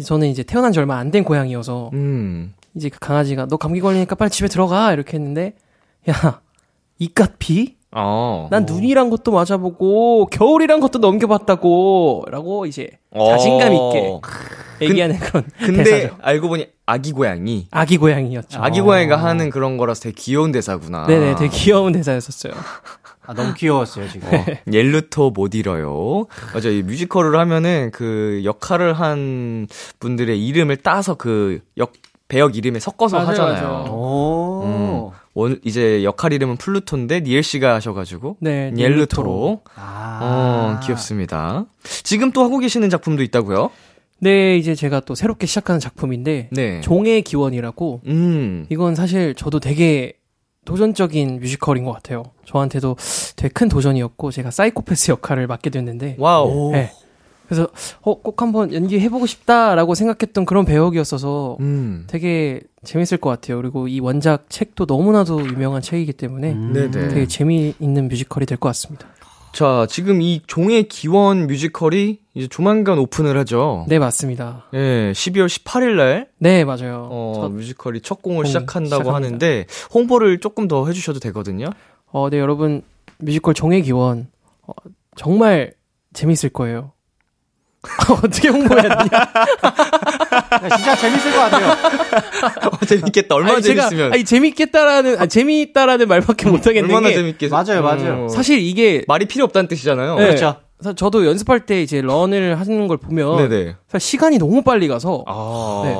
[SPEAKER 5] 저는 이제 태어난 지 얼마 안 된 고양이어서
[SPEAKER 6] 음,
[SPEAKER 5] 이제 그 강아지가 너 감기 걸리니까 빨리 집에 들어가 이렇게 했는데 야 이깟 비?
[SPEAKER 6] 어,
[SPEAKER 5] 난 눈이란 것도 맞아보고 겨울이란 것도 넘겨봤다고 라고 이제
[SPEAKER 6] 어.
[SPEAKER 5] 자신감 있게 얘기하는 그런
[SPEAKER 6] 근데
[SPEAKER 5] 대사죠.
[SPEAKER 6] 알고 보니 아기 고양이.
[SPEAKER 5] 아기 고양이였죠. 아.
[SPEAKER 6] 아기 고양이가 아. 하는 그런 거라서 되게 귀여운 대사구나.
[SPEAKER 5] 네네 되게 귀여운
[SPEAKER 6] *laughs*
[SPEAKER 5] 대사였었어요.
[SPEAKER 4] 아, 너무 귀여웠어요, 지금.
[SPEAKER 6] 네. 옐루토 못 잃어요. 맞아, 이 뮤지컬을 하면은 그 역할을 한 분들의 이름을 따서 그 역, 배역 이름에 섞어서
[SPEAKER 5] 맞아요,
[SPEAKER 6] 하잖아요.
[SPEAKER 5] 맞아요.
[SPEAKER 4] 오.
[SPEAKER 6] 음. 원, 이제 역할 이름은 플루토인데 니엘 씨가 하셔가지고
[SPEAKER 5] 네,
[SPEAKER 6] 옐루토로.
[SPEAKER 4] 아.
[SPEAKER 6] 어, 귀엽습니다. 지금 또 하고 계시는 작품도 있다고요?
[SPEAKER 5] 네 이제 제가 또 새롭게 시작하는 작품인데
[SPEAKER 6] 네.
[SPEAKER 5] 종의 기원이라고
[SPEAKER 6] 음.
[SPEAKER 5] 이건 사실 저도 되게 도전적인 뮤지컬인 것 같아요. 저한테도 되게 큰 도전이었고 제가 사이코패스 역할을 맡게 됐는데
[SPEAKER 6] 와우.
[SPEAKER 5] 네. 그래서 어, 꼭 한번 연기해보고 싶다라고 생각했던 그런 배역이었어서
[SPEAKER 6] 음.
[SPEAKER 5] 되게 재밌을 것 같아요. 그리고 이 원작 책도 너무나도 유명한 책이기 때문에
[SPEAKER 6] 음.
[SPEAKER 5] 되게
[SPEAKER 6] 네네.
[SPEAKER 5] 재미있는 뮤지컬이 될 것 같습니다.
[SPEAKER 6] 자, 지금 이 종의 기원 뮤지컬이 이제 조만간 오픈을 하죠.
[SPEAKER 5] 네 맞습니다.
[SPEAKER 6] 예, 12월 18일 날
[SPEAKER 5] 네 맞아요.
[SPEAKER 6] 어,
[SPEAKER 5] 저-
[SPEAKER 6] 뮤지컬이 첫 공을
[SPEAKER 5] 공
[SPEAKER 6] 시작한다고
[SPEAKER 5] 시작합니다.
[SPEAKER 6] 하는데 홍보를 조금 더 해주셔도 되거든요.
[SPEAKER 5] 어, 네 여러분 뮤지컬 종의 기원 어, 정말 재밌을 거예요. *laughs* 어떻게 홍보해야 되냐?
[SPEAKER 4] 야, 네, 진짜 재밌을 것
[SPEAKER 6] *laughs*
[SPEAKER 4] 같아요.
[SPEAKER 6] 어, 재밌겠다. 얼마나
[SPEAKER 5] 아니, 제가-
[SPEAKER 6] 재밌으면
[SPEAKER 5] 아니 재밌겠다라는 아, 재미있다라는 말밖에 못 하겠는
[SPEAKER 6] 얼마나
[SPEAKER 5] 게
[SPEAKER 6] 재밌겠어.
[SPEAKER 4] 맞아요,
[SPEAKER 6] 음.
[SPEAKER 4] 맞아요.
[SPEAKER 5] 사실 이게
[SPEAKER 6] 말이 필요 없다는 뜻이잖아요.
[SPEAKER 5] 네.
[SPEAKER 4] 그렇죠.
[SPEAKER 5] 사- 저도 연습할 때 이제 런을 하는 걸 보면
[SPEAKER 6] 네네.
[SPEAKER 5] 사실 시간이 너무 빨리 가서
[SPEAKER 6] 아,
[SPEAKER 5] 네.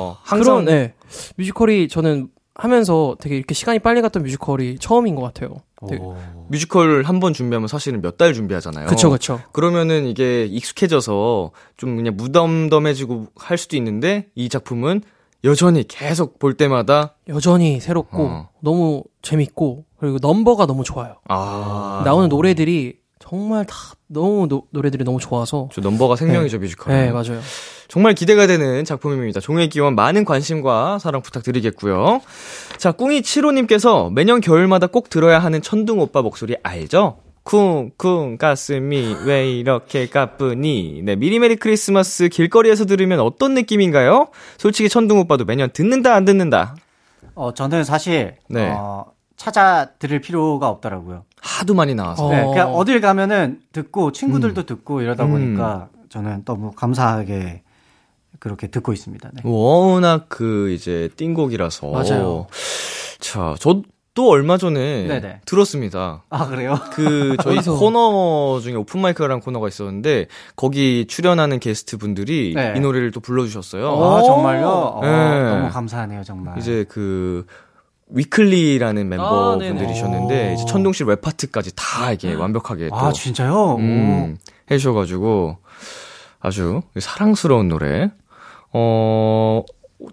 [SPEAKER 5] 그런
[SPEAKER 6] 항상
[SPEAKER 5] 네. 뮤지컬이 저는 하면서 되게 이렇게 시간이 빨리 갔던 뮤지컬이 처음인 것 같아요. 되게-
[SPEAKER 6] 뮤지컬 한 번 준비하면 사실은 몇 달 준비하잖아요.
[SPEAKER 5] 그쵸 그쵸.
[SPEAKER 6] 그러면은 이게 익숙해져서 좀 그냥 무덤덤해지고 할 수도 있는데 이 작품은 여전히 계속 볼 때마다
[SPEAKER 5] 여전히 새롭고
[SPEAKER 6] 어.
[SPEAKER 5] 너무 재밌고 그리고 넘버가 너무 좋아요.
[SPEAKER 6] 아,
[SPEAKER 5] 나오는 노래들이 정말 다 너무 노, 노래들이 너무 좋아서
[SPEAKER 6] 저 넘버가 생명이죠 뮤지컬.
[SPEAKER 5] 네 맞아요.
[SPEAKER 6] 정말 기대가 되는 작품입니다. 종의 기원 많은 관심과 사랑 부탁드리겠고요. 자, 꿍이 7호님께서 매년 겨울마다 꼭 들어야 하는 천둥 오빠 목소리 알죠? 쿵쿵 가슴이 왜 이렇게 가쁘니? 네, 미리 메리 크리스마스 길거리에서 들으면 어떤 느낌인가요? 솔직히 천둥 오빠도 매년 듣는다 안 듣는다
[SPEAKER 4] 어, 저는 사실
[SPEAKER 6] 네.
[SPEAKER 4] 어, 찾아 들을 필요가 없더라고요.
[SPEAKER 6] 하도 많이 나와서
[SPEAKER 5] 어.
[SPEAKER 4] 네, 그냥 어딜 가면은 듣고 친구들도 듣고 이러다
[SPEAKER 6] 음.
[SPEAKER 4] 보니까 저는 너무 감사하게 그렇게 듣고
[SPEAKER 6] 음.
[SPEAKER 4] 있습니다. 네.
[SPEAKER 6] 워낙 그 이제 띵곡이라서
[SPEAKER 5] 맞아요.
[SPEAKER 6] 자, 저 또 얼마 전에
[SPEAKER 4] 네네.
[SPEAKER 6] 들었습니다.
[SPEAKER 4] 아 그래요?
[SPEAKER 6] 그 저희
[SPEAKER 5] 어디서?
[SPEAKER 6] 코너 중에 오픈 마이크라는 코너가 있었는데 거기 출연하는 게스트 분들이
[SPEAKER 4] 네.
[SPEAKER 6] 이 노래를 또 불러주셨어요.
[SPEAKER 4] 아 정말요? 어,
[SPEAKER 6] 네.
[SPEAKER 4] 너무 감사하네요 정말.
[SPEAKER 6] 이제 그 위클리라는 멤버분들이셨는데
[SPEAKER 4] 아, 네네.
[SPEAKER 6] 이제 천둥 씨웹그 파트까지 다 이게 완벽하게 또
[SPEAKER 4] 아 진짜요?
[SPEAKER 6] 음, 해주셔가지고 아주 사랑스러운 노래 어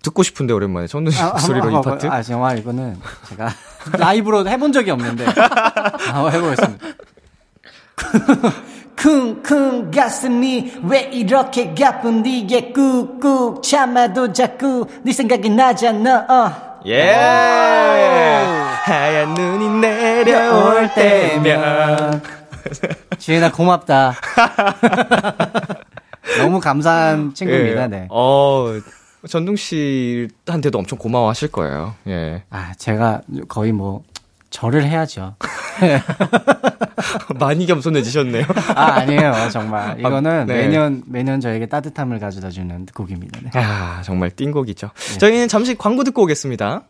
[SPEAKER 6] 듣고 싶은데 오랜만에 천둥 씨
[SPEAKER 4] 아, 한번-
[SPEAKER 6] *laughs* 목소리로 이
[SPEAKER 4] 한번
[SPEAKER 6] 파트
[SPEAKER 4] 해봐요. 아 정말 이거는 제가 *laughs* 라이브로 해본 적이 없는데 *laughs* 한번 해보겠습니다.
[SPEAKER 7] 쿵쿵 가슴이 왜 이렇게 가쁜디 게 꾹꾹 참아도 자꾸 네 생각이 나잖아 어.
[SPEAKER 6] 예 하얀 눈이 내려올
[SPEAKER 4] *laughs*
[SPEAKER 6] 때면
[SPEAKER 4] 지혜나 고맙다. *laughs* 너무
[SPEAKER 6] 음.
[SPEAKER 4] 감사한 친구입니다. 네.
[SPEAKER 6] 어 전둥 씨한테도 엄청 고마워하실 거예요 예
[SPEAKER 4] 아 제가 거의 뭐 절을 해야죠.
[SPEAKER 6] *laughs* 많이 겸손해지셨네요
[SPEAKER 4] 아 아니에요 정말 이거는
[SPEAKER 6] 네.
[SPEAKER 4] 매년 매년 저에게 따뜻함을 가져다 주는 곡입니다. 네.
[SPEAKER 6] 아, 정말 띵곡이죠. 저희는 잠시 광고 듣고 오겠습니다.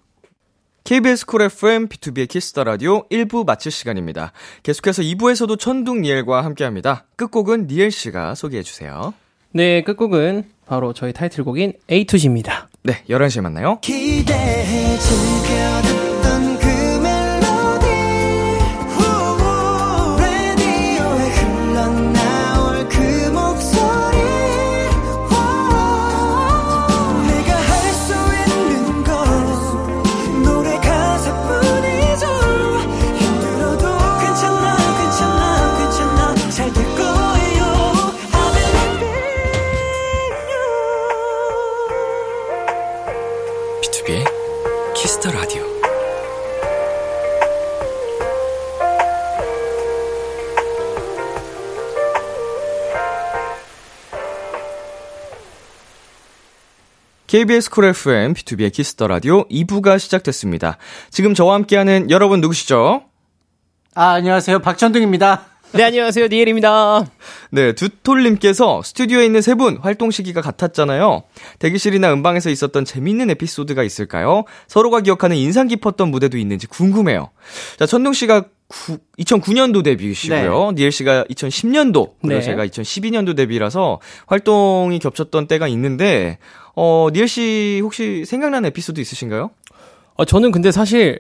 [SPEAKER 6] KBS 쿨 FM B2B의 키스터 라디오 1부 마칠 시간입니다. 계속해서 2부에서도 천둥 니엘과 함께 합니다. 끝곡은 니엘 씨가 소개해 주세요.
[SPEAKER 5] 네, 끝곡은 바로 저희 타이틀곡인 A2G입니다.
[SPEAKER 6] 네, 11시에 만나요.
[SPEAKER 7] 기대해 즐겨 듣던 그 멜로디 후, 라디오에 흘러나올 그 목소리 와, 내가 할 수 있는 건 노래 가사뿐이죠 힘들어도 괜찮아 괜찮아 괜찮아 잘 될 거예요 I believe in you
[SPEAKER 8] B2B의 키스터 라디오.
[SPEAKER 6] KBS 쿨 FM B2B의 키스터 라디오 2부가 시작됐습니다. 지금 저와 함께하는 여러분 누구시죠?
[SPEAKER 4] 아 안녕하세요 박천둥입니다.
[SPEAKER 5] 네, 안녕하세요. 니엘입니다.
[SPEAKER 6] 네, 두톨님께서 스튜디오에 있는 세 분 활동 시기가 같았잖아요. 대기실이나 음방에서 있었던 재밌는 에피소드가 있을까요? 서로가 기억하는 인상 깊었던 무대도 있는지 궁금해요. 자, 천둥 씨가 2009년도 데뷔시고요. 니엘 씨가 2010년도, 그리고
[SPEAKER 5] 네.
[SPEAKER 6] 제가 2012년도 데뷔라서 활동이 겹쳤던 때가 있는데, 어, 니엘 씨 혹시 생각나는 에피소드 있으신가요?
[SPEAKER 5] 아, 저는 근데 사실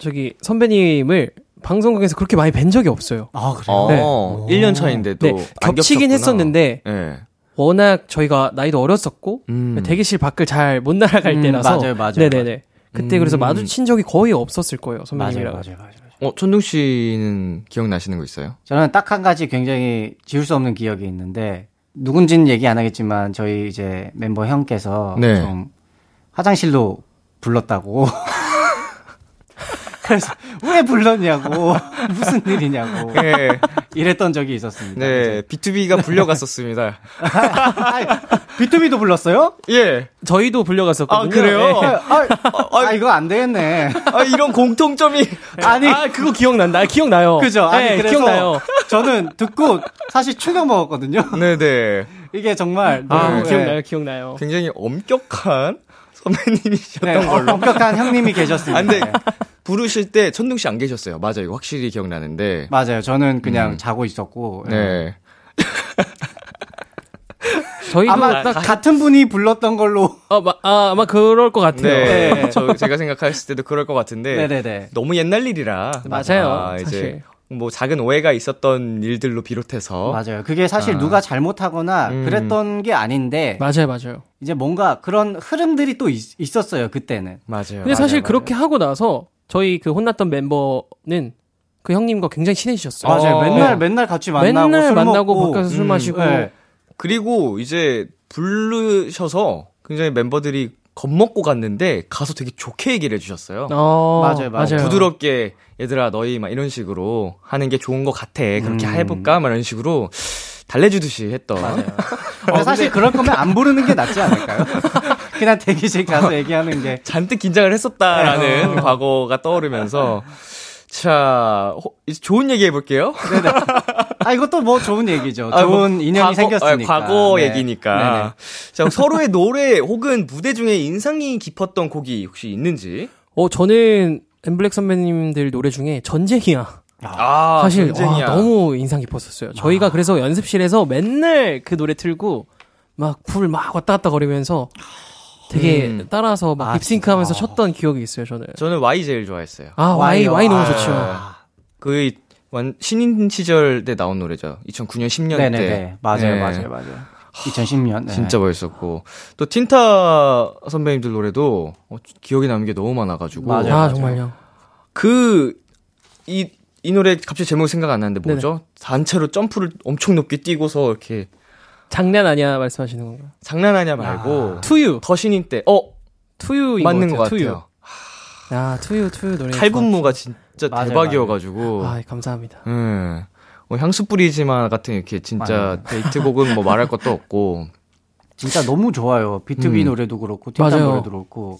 [SPEAKER 5] 저기 선배님을 방송국에서 그렇게 많이 뵌 적이 없어요.
[SPEAKER 4] 아
[SPEAKER 5] 네.
[SPEAKER 6] 어, 1년 차인데도.
[SPEAKER 5] 네,
[SPEAKER 6] 안
[SPEAKER 5] 겹치긴
[SPEAKER 6] 겹쳤구나.
[SPEAKER 5] 했었는데
[SPEAKER 6] 예.
[SPEAKER 5] 워낙 저희가 나이도 어렸었고
[SPEAKER 6] 음.
[SPEAKER 5] 대기실 밖을 잘 못 날아갈
[SPEAKER 4] 음,
[SPEAKER 5] 때라서
[SPEAKER 4] 맞아요, 맞아요,
[SPEAKER 5] 네네네. 그때 그래서
[SPEAKER 6] 음.
[SPEAKER 5] 마주친 적이 거의 없었을 거예요, 선배님이랑.
[SPEAKER 4] 맞아요, 맞아요. 맞아요.
[SPEAKER 6] 어, 천둥 씨는 기억나시는 거 있어요?
[SPEAKER 4] 저는 딱 한 가지 굉장히 지울 수 없는 기억이 있는데 누군지는 얘기 안 하겠지만 저희 이제 멤버 형께서
[SPEAKER 6] 네.
[SPEAKER 4] 좀 화장실로
[SPEAKER 5] *laughs*
[SPEAKER 4] 불렀다고 그래서 왜 불렀냐고 *laughs* 무슨 일이냐고
[SPEAKER 5] 네.
[SPEAKER 6] 예.
[SPEAKER 4] 이랬던 적이 있었습니다.
[SPEAKER 6] 네, B2B가 불려갔었습니다.
[SPEAKER 4] 아, 비투비도 불렀어요?
[SPEAKER 6] 예.
[SPEAKER 5] 저희도 불려갔었거든요.
[SPEAKER 4] 아,
[SPEAKER 5] 네.
[SPEAKER 4] 아, 아, 이거 안 되겠네.
[SPEAKER 6] 아, 이런 공통점이.
[SPEAKER 4] 아니
[SPEAKER 5] 아, 그거 기억난다. 기억나요.
[SPEAKER 4] 그죠? 아니
[SPEAKER 5] 네,
[SPEAKER 4] 그래서
[SPEAKER 5] 기억나요.
[SPEAKER 4] 저는 듣고 사실 충격 먹었거든요.
[SPEAKER 6] 네네.
[SPEAKER 4] 이게 정말
[SPEAKER 5] 아,
[SPEAKER 4] 너무,
[SPEAKER 5] 기억나요.
[SPEAKER 4] 네.
[SPEAKER 5] 기억나요.
[SPEAKER 6] 굉장히 엄격한 선배님이셨던
[SPEAKER 4] 네,
[SPEAKER 6] 걸로.
[SPEAKER 4] 엄격한 형님이 계셨습니다.
[SPEAKER 6] 아, *laughs* 근데
[SPEAKER 4] 네.
[SPEAKER 6] 부르실 때 천둥 씨 안 계셨어요. 맞아요. 이거 확실히 기억나는데.
[SPEAKER 4] 맞아요. 저는 그냥 자고 있었고. 예.
[SPEAKER 6] 네.
[SPEAKER 5] 저희도
[SPEAKER 4] 아마
[SPEAKER 5] 딱
[SPEAKER 4] 같은 분이 불렀던 걸로.
[SPEAKER 5] 어, 마, 아, 아마 그럴 것 같아요.
[SPEAKER 6] 네.
[SPEAKER 4] 네.
[SPEAKER 6] 저, 제가 생각했을 때도 그럴 것 같은데.
[SPEAKER 4] 네네네.
[SPEAKER 6] 너무 옛날 일이라.
[SPEAKER 5] 맞아요,
[SPEAKER 6] 아, 이제
[SPEAKER 5] 사실.
[SPEAKER 6] 뭐 작은 오해가 있었던 일들로 비롯해서.
[SPEAKER 4] 맞아요. 그게 사실 누가 잘못하거나 그랬던 게 아닌데
[SPEAKER 5] 맞아요, 맞아요.
[SPEAKER 4] 이제 뭔가 그런 흐름들이 또 있, 었어요 그때는.
[SPEAKER 6] 맞아요.
[SPEAKER 5] 근데 사실 그렇게 하고 나서 저희 그 혼났던 멤버는 그 형님과 굉장히 친해지셨어요. 네.
[SPEAKER 4] 맞아요.
[SPEAKER 6] 어.
[SPEAKER 4] 맨날 맨날 같이 만나고
[SPEAKER 5] 맨날
[SPEAKER 4] 술
[SPEAKER 5] 만나고
[SPEAKER 4] 먹고.
[SPEAKER 5] 밖에서 술
[SPEAKER 6] 음,
[SPEAKER 5] 마시고
[SPEAKER 4] 네.
[SPEAKER 6] 그리고 이제 부르셔서 굉장히 멤버들이 겁먹고 갔는데 가서 되게 좋게 얘기를 해주셨어요.
[SPEAKER 5] 어,
[SPEAKER 4] 맞아요, 맞아요.
[SPEAKER 6] 부드럽게 얘들아 너희 막 이런 식으로 하는 게 좋은 것 같아. 그렇게
[SPEAKER 4] 음.
[SPEAKER 6] 해볼까? 막 이런 식으로 달래주듯이 했던.
[SPEAKER 4] 근데 사실 그럴 거면 안 부르는 게 낫지 않을까요? 그냥 대기실 가서 얘기하는 게.
[SPEAKER 6] *laughs* 잔뜩 긴장을
[SPEAKER 5] *laughs*
[SPEAKER 6] 했었다라는
[SPEAKER 5] 어.
[SPEAKER 6] 과거가 떠오르면서. 자, 호- 이제 좋은 얘기 해볼게요.
[SPEAKER 4] 아 이것도 뭐 좋은 얘기죠.
[SPEAKER 6] 아, 뭐
[SPEAKER 4] 좋은 인연이
[SPEAKER 6] 과거-
[SPEAKER 4] 생겼으니까.
[SPEAKER 6] 아, 과거
[SPEAKER 4] 네.
[SPEAKER 6] 얘기니까. 자, 서로의 노래 혹은 무대 중에 인상이 깊었던 곡이 혹시 있는지?
[SPEAKER 5] 어, 저는 엠블랙 선배님들 노래 중에 전쟁이야.
[SPEAKER 6] 아,
[SPEAKER 5] 사실
[SPEAKER 6] 전쟁이야.
[SPEAKER 5] 와, 너무 인상 깊었었어요. 저희가
[SPEAKER 4] 아.
[SPEAKER 5] 그래서 연습실에서 맨날 그 노래 틀고 막 불 막 왔다 갔다 거리면서 되게
[SPEAKER 6] 음.
[SPEAKER 5] 따라서 막
[SPEAKER 4] 아,
[SPEAKER 5] 립싱크하면서
[SPEAKER 4] 진짜.
[SPEAKER 5] 쳤던 기억이 있어요. 저는
[SPEAKER 6] 저는 Y 제일 좋아했어요.
[SPEAKER 5] 아 와이 와이 너무 좋죠.
[SPEAKER 6] 그 완, 신인 시절 때 나온 노래죠. 2009년 10년 때.
[SPEAKER 4] 네네네. 맞아요,
[SPEAKER 6] 네.
[SPEAKER 4] 맞아요, 맞아요. 2010년. 네.
[SPEAKER 6] 진짜 멋있었고 또 틴타 선배님들 노래도 어, 기억에 남는 게 너무 많아가지고
[SPEAKER 5] 아
[SPEAKER 4] 맞아요, 맞아요.
[SPEAKER 5] 정말요.
[SPEAKER 6] 그, 이, 이 노래 갑자기 제목이 생각 안 나는데 뭐죠? 단체로 점프를 엄청 높게 뛰고서 이렇게
[SPEAKER 5] 장난 아니야 말씀하시는 건가요?
[SPEAKER 6] 장난하냐 말고
[SPEAKER 5] 투유
[SPEAKER 6] 더 신인 때, 어,
[SPEAKER 5] 투유인
[SPEAKER 6] 맞는 것
[SPEAKER 5] 것 같아요.
[SPEAKER 6] 같아요.
[SPEAKER 5] 투유. 아 투유 투유 노래.
[SPEAKER 6] 칼군무가 진짜
[SPEAKER 4] 네, 그렇죠. 맞아요,
[SPEAKER 6] 대박이어가지고.
[SPEAKER 5] 아 감사합니다.
[SPEAKER 6] 예. 뭐 향수 뿌리지만 같은 이렇게 진짜
[SPEAKER 4] 맞아요.
[SPEAKER 6] 데이트곡은 뭐 말할 것도 없고.
[SPEAKER 4] 진짜 너무 좋아요. B2B
[SPEAKER 6] 음.
[SPEAKER 4] 노래도 그렇고 틴탑
[SPEAKER 5] 맞아요.
[SPEAKER 4] 노래도 그렇고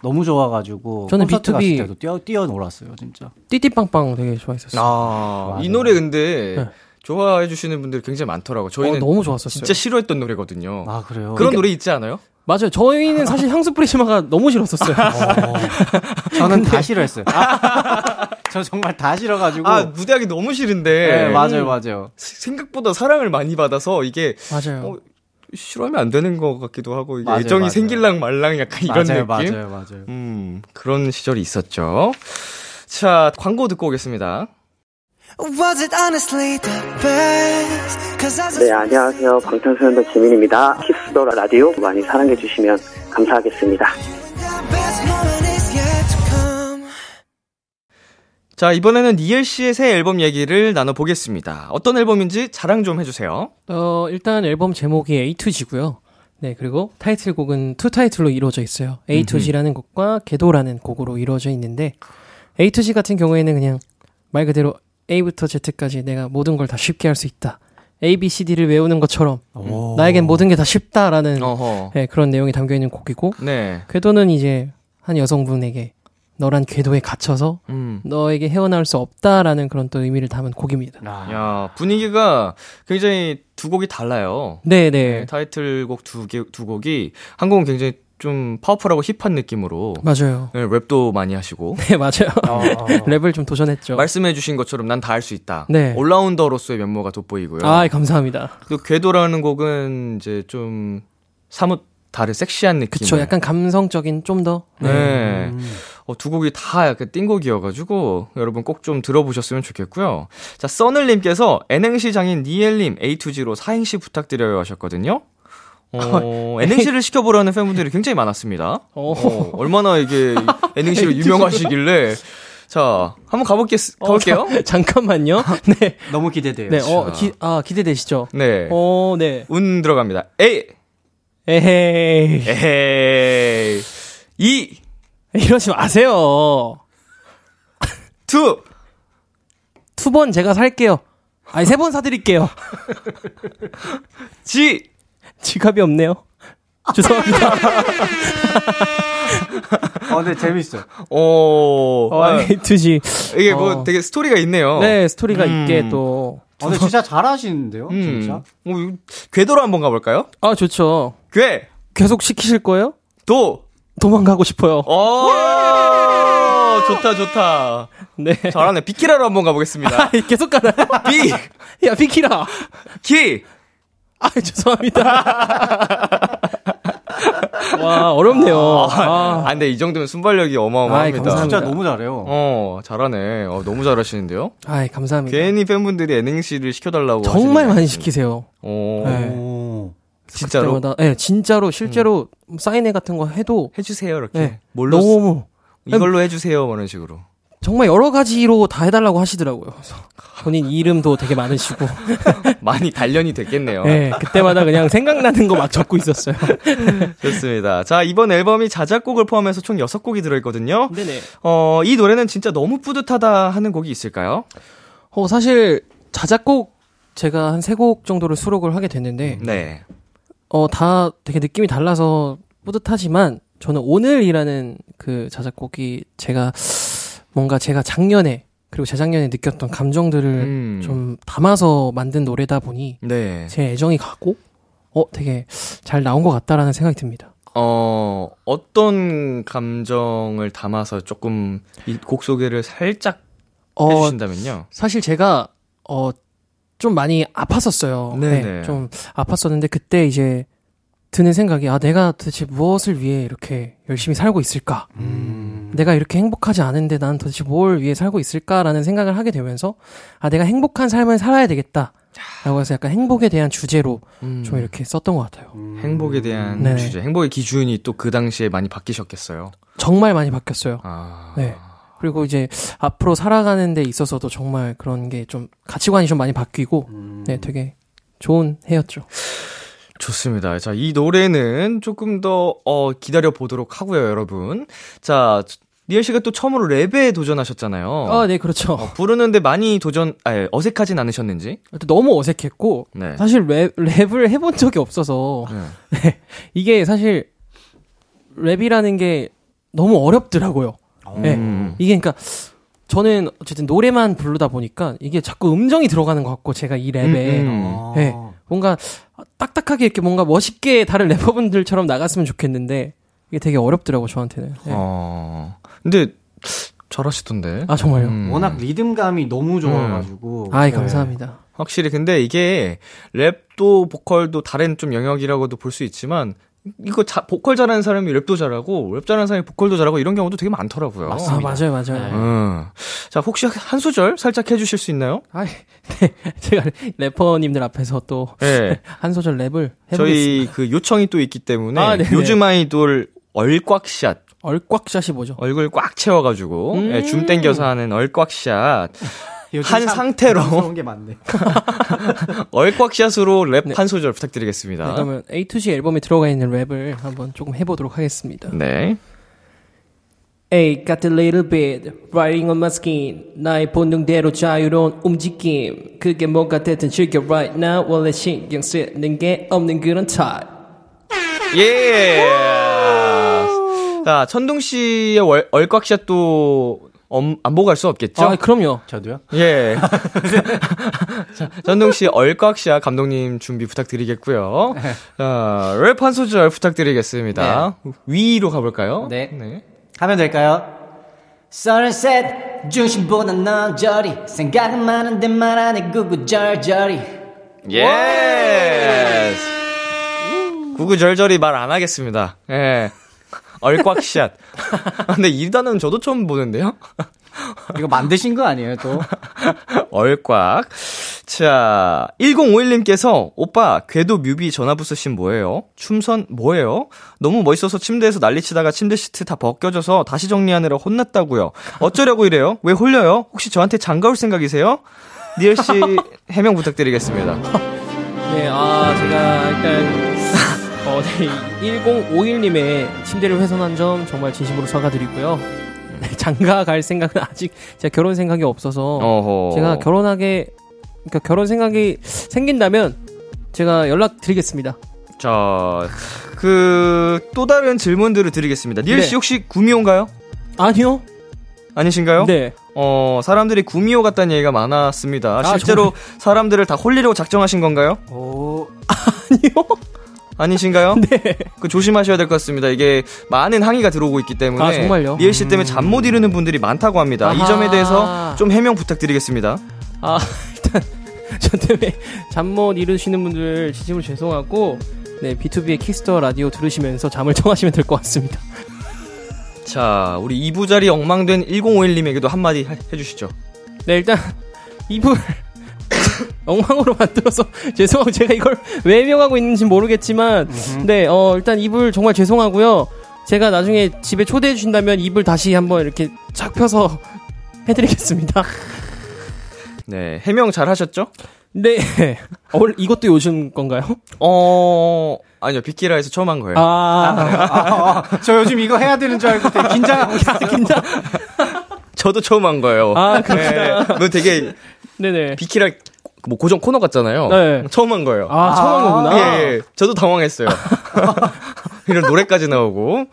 [SPEAKER 4] 너무 좋아가지고
[SPEAKER 5] 저는
[SPEAKER 4] 콘서트
[SPEAKER 5] B2B
[SPEAKER 4] 갔을 때도 뛰어 뛰어 놀았어요, 진짜.
[SPEAKER 5] 띠띠빵빵 되게 좋아했었어요.
[SPEAKER 6] 아, 이
[SPEAKER 4] 맞아요.
[SPEAKER 6] 노래 근데
[SPEAKER 5] 네.
[SPEAKER 6] 좋아해 주시는 분들 굉장히 많더라고요. 저희는
[SPEAKER 5] 어, 너무 좋았었어요.
[SPEAKER 6] 진짜 싫어했던 노래거든요.
[SPEAKER 4] 아 그래요.
[SPEAKER 6] 그런 노래 있지 않아요?
[SPEAKER 5] 맞아요. 저희는 사실 향수 프리시마가 너무
[SPEAKER 6] *laughs*
[SPEAKER 5] 싫었었어요.
[SPEAKER 4] 저는 다 싫어했어요. *laughs* 아, 저 정말 다 싫어가지고.
[SPEAKER 6] 아, 무대하기 너무 싫은데. 음,
[SPEAKER 4] 네, 맞아요, 맞아요.
[SPEAKER 6] 스- 생각보다 사랑을 많이 받아서 이게
[SPEAKER 5] 맞아요.
[SPEAKER 6] 어, 싫어하면 안 되는 것 같기도 하고 이게
[SPEAKER 4] 맞아요,
[SPEAKER 6] 애정이
[SPEAKER 4] 맞아요.
[SPEAKER 6] 생길랑 말랑 약간
[SPEAKER 4] 맞아요,
[SPEAKER 6] 이런 느낌.
[SPEAKER 4] 맞아요, 맞아요.
[SPEAKER 6] 음 그런 시절이 있었죠. 자 광고 듣고 오겠습니다.
[SPEAKER 7] Was it honestly the best? Cause I
[SPEAKER 9] 네, 안녕하세요. 방탄소년단 지민입니다. 키스더 라디오 많이 사랑해주시면 감사하겠습니다.
[SPEAKER 7] the best moment is yet to come.
[SPEAKER 6] 자 이번에는 니엘 씨의 새 앨범 얘기를 나눠 보겠습니다. 어떤 앨범인지 자랑 좀 해주세요.
[SPEAKER 5] 어, 일단 앨범 제목이 A2G고요. 네, 그리고 타이틀곡은 두 타이틀로 이루어져 있어요. A2G라는 곡과 궤도라는 곡으로 이루어져 있는데 A2G 같은 경우에는 그냥 말 그대로 A부터 Z까지 내가 모든 걸 다 쉽게 할 수 있다. A, B, C, D를 외우는 것처럼
[SPEAKER 4] 오.
[SPEAKER 5] 나에겐 모든 게 다 쉽다라는
[SPEAKER 6] 어허.
[SPEAKER 5] 네, 그런 내용이 담겨 있는 곡이고
[SPEAKER 6] 네.
[SPEAKER 5] 궤도는 이제 한 여성분에게 너란 궤도에 갇혀서
[SPEAKER 6] 음.
[SPEAKER 5] 너에게 헤어나올 수 없다라는 그런 또 의미를 담은 곡입니다.
[SPEAKER 4] 아,
[SPEAKER 6] 야 분위기가 굉장히 두 곡이 달라요.
[SPEAKER 5] 네,
[SPEAKER 6] 네,
[SPEAKER 5] 네.
[SPEAKER 6] 타이틀곡 두 개 두 곡이 한 곡은 굉장히 좀 파워풀하고 힙한 느낌으로
[SPEAKER 5] 맞아요.
[SPEAKER 6] 네, 랩도 많이 하시고
[SPEAKER 5] 네, *laughs* 맞아요.
[SPEAKER 4] 어, 어.
[SPEAKER 5] 랩을 좀
[SPEAKER 6] 네.
[SPEAKER 5] 도전했죠.
[SPEAKER 6] 말씀해주신 것처럼 난 다 할 수 있다.
[SPEAKER 5] 네.
[SPEAKER 6] 올라운더로서의 면모가 돋보이고요.
[SPEAKER 5] 아, 감사합니다.
[SPEAKER 6] 그 궤도라는 곡은 이제 좀 사뭇 다른 섹시한 느낌.
[SPEAKER 5] 그쵸. 약간 음. 감성적인 좀 더.
[SPEAKER 6] 네. 어, 두 곡이 다 약간 띵곡이어가지고 여러분 꼭 좀 들어보셨으면 좋겠고요. 자, 써늘님께서 N행시 장인 니엘님 A2G로 4행시 부탁드려요 하셨거든요.
[SPEAKER 5] 아,
[SPEAKER 6] 어,
[SPEAKER 5] 네.
[SPEAKER 6] N행시를 시켜보라는 팬분들이 굉장히 많았습니다.
[SPEAKER 5] 오.
[SPEAKER 6] 어, 얼마나 이게 N행시를 유명하시길래. 자, 한번 가볼게,
[SPEAKER 5] 어,
[SPEAKER 6] 가볼게요.
[SPEAKER 5] *laughs*
[SPEAKER 6] *laughs*
[SPEAKER 5] 잠깐만요. 네.
[SPEAKER 4] 너무 기대돼요.
[SPEAKER 5] 네. 어, 기, 아, 기대되시죠?
[SPEAKER 6] 네.
[SPEAKER 5] 어, 네.
[SPEAKER 6] 운 들어갑니다. 에이!
[SPEAKER 5] 에헤이. *laughs*
[SPEAKER 6] 에헤이. 이,
[SPEAKER 5] 이러지 마세요.
[SPEAKER 6] 투.
[SPEAKER 5] 두 번 제가 살게요. 아니, 세 번 사드릴게요. *laughs*
[SPEAKER 6] 지.
[SPEAKER 5] 지갑이 없네요. *laughs*
[SPEAKER 6] 아,
[SPEAKER 5] 죄송합니다.
[SPEAKER 4] 어, 근데 재밌어요.
[SPEAKER 6] 오.
[SPEAKER 5] 어, *laughs*
[SPEAKER 6] 아,
[SPEAKER 5] A2G.
[SPEAKER 6] 이게 뭐
[SPEAKER 5] 어.
[SPEAKER 6] 되게 스토리가 있네요.
[SPEAKER 5] 네, 스토리가
[SPEAKER 6] 음.
[SPEAKER 5] 있게 또.
[SPEAKER 4] 어, 근데 진짜 잘하시는데요,
[SPEAKER 6] 음.
[SPEAKER 4] 진짜.
[SPEAKER 6] 뭐, 이거 궤도로 한번 가볼까요?
[SPEAKER 5] 아, 좋죠.
[SPEAKER 6] 궤,
[SPEAKER 5] 계속 시키실 거예요?
[SPEAKER 6] 도.
[SPEAKER 5] 도망가고 싶어요. *laughs*
[SPEAKER 6] 어. 좋다, 좋다.
[SPEAKER 5] 예! 네.
[SPEAKER 6] 잘하네. 비키라로 한번 가보겠습니다.
[SPEAKER 5] *laughs* 계속 가나요? *laughs*
[SPEAKER 6] 비,
[SPEAKER 5] 야, 비키라.
[SPEAKER 6] 키.
[SPEAKER 5] 아, *laughs*
[SPEAKER 6] *laughs*
[SPEAKER 5] 죄송합니다. 와, 어렵네요.
[SPEAKER 6] 아,
[SPEAKER 5] 아,
[SPEAKER 6] 근데 이 정도면 순발력이 어마어마합니다.
[SPEAKER 5] 아이, 감사합니다.
[SPEAKER 4] 진짜 너무 잘해요.
[SPEAKER 6] 어, 잘하네. 어, 너무 잘하시는데요?
[SPEAKER 5] 아이, 감사합니다.
[SPEAKER 6] 괜히 팬분들이 N행시를 시켜달라고.
[SPEAKER 5] 네. 정말
[SPEAKER 6] 하시는
[SPEAKER 5] 많이
[SPEAKER 6] 게
[SPEAKER 5] 시키세요.
[SPEAKER 6] 어,
[SPEAKER 5] 네.
[SPEAKER 4] 오.
[SPEAKER 6] 진짜로. 음.
[SPEAKER 5] 그때마다, 네, 진짜로, 실제로 사인회 같은 거 해도
[SPEAKER 6] 해주세요, 이렇게.
[SPEAKER 5] 네.
[SPEAKER 6] 뭘로
[SPEAKER 5] 너무,
[SPEAKER 6] 이걸로 해주세요, 뭐 이런 식으로.
[SPEAKER 5] 정말 여러 가지로 다 해달라고 하시더라고요. 그래서 본인 이름도 되게
[SPEAKER 6] *laughs*
[SPEAKER 5] 많으시고.
[SPEAKER 6] 많이 단련이 됐겠네요.
[SPEAKER 5] 네, 그때마다 그냥 생각나는 거 막 적고 있었어요.
[SPEAKER 6] 좋습니다. 자, 이번 앨범이 자작곡을 포함해서 총 6곡이 들어있거든요.
[SPEAKER 5] 네네.
[SPEAKER 6] 어, 이 노래는 진짜 너무 뿌듯하다 하는 곡이 있을까요?
[SPEAKER 5] 어, 사실, 자작곡 제가 한 세 곡 정도를 수록을 하게 됐는데,
[SPEAKER 6] 네.
[SPEAKER 5] 어, 다 되게 느낌이 달라서 뿌듯하지만, 저는 오늘이라는 그 자작곡이 제가, 뭔가 제가 작년에, 그리고 재작년에 느꼈던 감정들을
[SPEAKER 6] 음.
[SPEAKER 5] 좀 담아서 만든 노래다 보니,
[SPEAKER 6] 네.
[SPEAKER 5] 제 애정이 가고, 어, 되게 잘 나온 것 같다라는 생각이 듭니다.
[SPEAKER 6] 어, 어떤 감정을 담아서 조금 이 곡 소개를 살짝
[SPEAKER 5] 어,
[SPEAKER 6] 해주신다면요?
[SPEAKER 5] 사실 제가 어, 좀 많이 아팠었어요.
[SPEAKER 6] 네네.
[SPEAKER 5] 좀 아팠었는데 그때 이제 드는 생각이 아 내가 도대체 무엇을 위해 이렇게 열심히 살고 있을까? 내가 이렇게 행복하지 않은데 난 도대체 뭘 위해 살고 있을까라는 생각을 하게 되면서 아 내가 행복한 삶을 살아야 되겠다라고 해서 약간 행복에 대한 주제로
[SPEAKER 6] 음.
[SPEAKER 5] 좀 이렇게 썼던 것 같아요.
[SPEAKER 6] 행복에 대한
[SPEAKER 5] 음. 네.
[SPEAKER 6] 주제, 행복의 기준이 또 그 당시에 많이 바뀌셨겠어요.
[SPEAKER 5] 정말 많이 바뀌었어요.
[SPEAKER 6] 아,
[SPEAKER 5] 네. 그리고 이제 앞으로 살아가는 데 있어서도 정말 그런 게 좀 가치관이 좀 많이 바뀌고 네 되게 좋은 해였죠.
[SPEAKER 6] 좋습니다. 자, 이 노래는 조금 더 어, 기다려 보도록 하고요, 여러분. 자, 리엘 씨가 또 처음으로 랩에 도전하셨잖아요.
[SPEAKER 5] 아, 네, 그렇죠.
[SPEAKER 6] 어. 부르는데 많이 도전, 아 어색하진 않으셨는지?
[SPEAKER 5] 그때 너무 어색했고
[SPEAKER 6] 네.
[SPEAKER 5] 사실 랩, 랩을 해본 적이 없어서 *laughs* 이게 사실 랩이라는 게 너무 어렵더라고요. 네.
[SPEAKER 6] 음.
[SPEAKER 5] 이게 그러니까 저는 어쨌든 노래만 부르다 보니까 이게 자꾸 음정이 들어가는 것 같고 제가 이 랩에
[SPEAKER 6] 음,
[SPEAKER 5] 네. 뭔가 딱딱하게 이렇게 뭔가 멋있게 다른 래퍼분들처럼 나갔으면 좋겠는데 이게 되게 어렵더라고 저한테는. 네.
[SPEAKER 6] 어. 근데 잘하시던데.
[SPEAKER 5] 아 정말요.
[SPEAKER 6] 음.
[SPEAKER 4] 워낙 리듬감이 너무 좋아가지고.
[SPEAKER 5] 음. 아이
[SPEAKER 4] 네.
[SPEAKER 5] 감사합니다.
[SPEAKER 6] 확실히 근데 이게 랩도 보컬도 다른 좀 영역이라고도 볼 수 있지만 이거 자- 보컬 잘하는 사람이 랩도 잘하고 랩 잘하는 사람이 보컬도 잘하고 이런 경우도 되게 많더라고요.
[SPEAKER 5] 아 맞아요 맞아요.
[SPEAKER 6] 음. 자 혹시 한 소절 살짝 해주실 수 있나요?
[SPEAKER 5] 아, 네. *laughs* 제가 래퍼님들 앞에서 또 한
[SPEAKER 6] 네.
[SPEAKER 5] 소절 랩을 해보겠습니다.
[SPEAKER 6] 저희 그 요청이 또 있기 때문에
[SPEAKER 5] 아, 네네.
[SPEAKER 6] 요즘 아이돌 얼꽉샷
[SPEAKER 5] 얼꽉샷이 뭐죠?
[SPEAKER 6] 얼굴 꽉 채워가지고 예,
[SPEAKER 5] 음.
[SPEAKER 6] 줌 땡겨서 하는 얼꽉샷
[SPEAKER 4] 요즘
[SPEAKER 6] 한
[SPEAKER 4] 참
[SPEAKER 6] 상태로.
[SPEAKER 4] 부담스러운 게 많네.
[SPEAKER 6] 얼꽉샷으로 랩
[SPEAKER 5] 네.
[SPEAKER 6] 한 소절
[SPEAKER 5] 네,
[SPEAKER 6] 부탁드리겠습니다.
[SPEAKER 5] 그러면 A2G 앨범에 들어가 있는 랩을 한번 조금 해보도록 하겠습니다.
[SPEAKER 6] 네.
[SPEAKER 5] A got a little bit riding on my skin 나의 본능대로 자유로운 움직임 그게 뭐가 됐든 즐겨 right now 원래 신경 쓰는 게 없는 그런 타입
[SPEAKER 6] 예. 자 천둥 씨의 월- 얼꽉샷도 엄- 안 보고 갈 수 없겠죠?
[SPEAKER 5] 아 그럼요
[SPEAKER 4] 저도요?
[SPEAKER 6] 예. *laughs* 자, 천둥 씨 얼꽉샷 감독님 준비
[SPEAKER 5] 네.
[SPEAKER 6] 부탁드리겠고요. 자, 랩 한 소절 부탁드리겠습니다.
[SPEAKER 5] 네.
[SPEAKER 6] 위로 가볼까요?
[SPEAKER 4] 네. 하면 될까요? Sunset 중심보다 넌 저리 생각은 많은데 말 안 해 구구절절이
[SPEAKER 6] 예. 예스! 구구절절히 말 안 하겠습니다. 예.
[SPEAKER 5] *laughs*
[SPEAKER 6] 얼꽉샷. 근데 이 단어는 저도 처음 보는데요?
[SPEAKER 4] 이거 만드신 거 아니에요 또? *laughs*
[SPEAKER 6] 얼꽉. 자, 1051님께서, 오빠, 궤도 뮤비 전화부스 씬 뭐예요? 춤선 뭐예요? 너무 멋있어서 침대에서 난리치다가 침대 시트 다 벗겨져서 다시 정리하느라 혼났다고요. 어쩌려고 이래요? 왜 홀려요? 혹시 저한테 장가올 생각이세요? 니엘씨
[SPEAKER 5] *laughs*
[SPEAKER 6] 해명 부탁드리겠습니다.
[SPEAKER 5] 네아 제가 일단 *laughs* 어, 네, 1051님의 침대를 훼손한 점 정말 진심으로 사과드리고요 네, 장가 갈 생각은 아직 제가 결혼 생각이 없어서
[SPEAKER 6] 어허.
[SPEAKER 5] 제가 결혼하게 그러니까 결혼 생각이 생긴다면 제가 연락드리겠습니다
[SPEAKER 6] 자, 그, 또 다른 질문들을 드리겠습니다. 니엘 씨
[SPEAKER 5] 네.
[SPEAKER 6] 혹시 구미호인가요?
[SPEAKER 5] 아니요
[SPEAKER 6] 아니신가요?
[SPEAKER 5] 네
[SPEAKER 6] 어, 사람들이 구미호 같다는 얘기가 많았습니다.
[SPEAKER 5] 아,
[SPEAKER 6] 실제로 사람들을 다 홀리려고 작정하신 건가요?
[SPEAKER 4] 오
[SPEAKER 5] 아니요 *laughs*
[SPEAKER 6] 아니신가요?
[SPEAKER 5] 네.
[SPEAKER 6] 그 조심하셔야 될 것 같습니다. 이게 많은 항의가 들어오고 있기 때문에.
[SPEAKER 5] 아, 정말요?
[SPEAKER 6] 니엘 씨 때문에 잠 못 이루는 분들이 많다고 합니다. 이
[SPEAKER 5] 아하.
[SPEAKER 6] 점에 대해서 좀 해명 부탁드리겠습니다.
[SPEAKER 5] 아 일단 저 때문에 잠 못 이루시는 분들 진심으로 죄송하고 네 B2B의 키스터 라디오 들으시면서 잠을 청하시면 될 것 같습니다.
[SPEAKER 6] 자, 우리 2부자리 엉망된 1051님에게도 한마디 해- 해주시죠.
[SPEAKER 5] 네 일단 *laughs* 이불 *coughs* 엉망으로 만들어서 *laughs* 죄송하고 제가 이걸 *laughs* 왜 명하고 있는지 모르겠지만 네어 일단 이불 정말 죄송하고요. 제가 나중에 집에 초대해 주신다면 이불 다시 한번 이렇게 착 펴서 *laughs* 해드리겠습니다.
[SPEAKER 6] 네, 해명 잘 하셨죠?
[SPEAKER 5] *laughs* 네. *laughs* 어, 원래 이것도 요즘 건가요?
[SPEAKER 6] 어, 아니요. 빅키라에서 처음 한 거예요.
[SPEAKER 5] 아,
[SPEAKER 4] 저 요즘 이거 해야 되는 줄 알고 되게 긴장하고 있어요
[SPEAKER 5] 긴장.
[SPEAKER 6] 저도 처음 한 거예요.
[SPEAKER 5] 아, 그렇구나.
[SPEAKER 6] 네, 너 되게
[SPEAKER 5] 네네.
[SPEAKER 6] 비키라 뭐 고정 코너 같잖아요.
[SPEAKER 5] 네.
[SPEAKER 6] 처음 한 거예요.
[SPEAKER 5] 아, 처음 한 거구나.
[SPEAKER 6] 예, 예. 저도
[SPEAKER 5] *laughs*
[SPEAKER 6] 당황했어요. 이런 노래까지 나오고.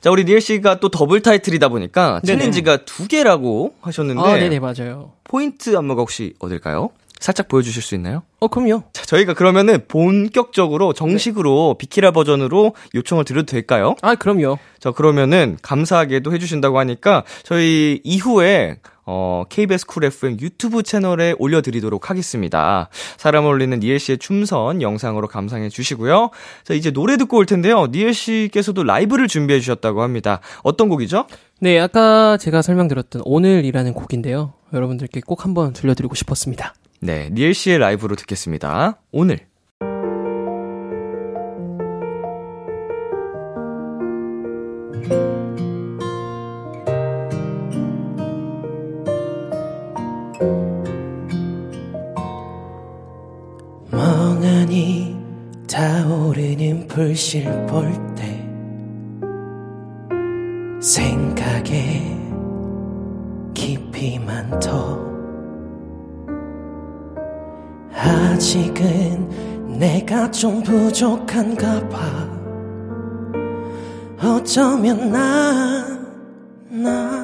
[SPEAKER 6] 자, 우리 니엘 씨가 또 더블 타이틀이다 보니까
[SPEAKER 5] 네네.
[SPEAKER 6] 챌린지가 두 개라고 하셨는데
[SPEAKER 5] 아, 네네, 맞아요.
[SPEAKER 6] 포인트 안무가 혹시 어딜까요? 살짝 보여주실 수 있나요?
[SPEAKER 10] 어, 그럼요.
[SPEAKER 6] 자, 저희가 그러면은 본격적으로 정식으로 비키라 버전으로 요청을 드려도 될까요?
[SPEAKER 10] 아, 그럼요.
[SPEAKER 6] 자, 그러면은 감사하게도 해주신다고 하니까 저희 이후에 어, KBS 쿨 FM 유튜브 채널에 올려드리도록 하겠습니다. 사람 올리는 니엘 씨의 춤선 영상으로 감상해 주시고요. 자, 이제 노래 듣고 올 텐데요. 니엘 씨께서도 라이브를 준비해 주셨다고 합니다. 어떤 곡이죠?
[SPEAKER 10] 네, 아까 제가 설명드렸던 오늘이라는 곡인데요. 여러분들께 꼭 한번 들려드리고 싶었습니다.
[SPEAKER 6] 네, 니엘 씨의 라이브로 듣겠습니다. 오늘.
[SPEAKER 5] 멍하니 타오르는 불실 볼 때 생각에 깊이만 더 아직은 내가 좀 부족한가 봐 어쩌면 나나나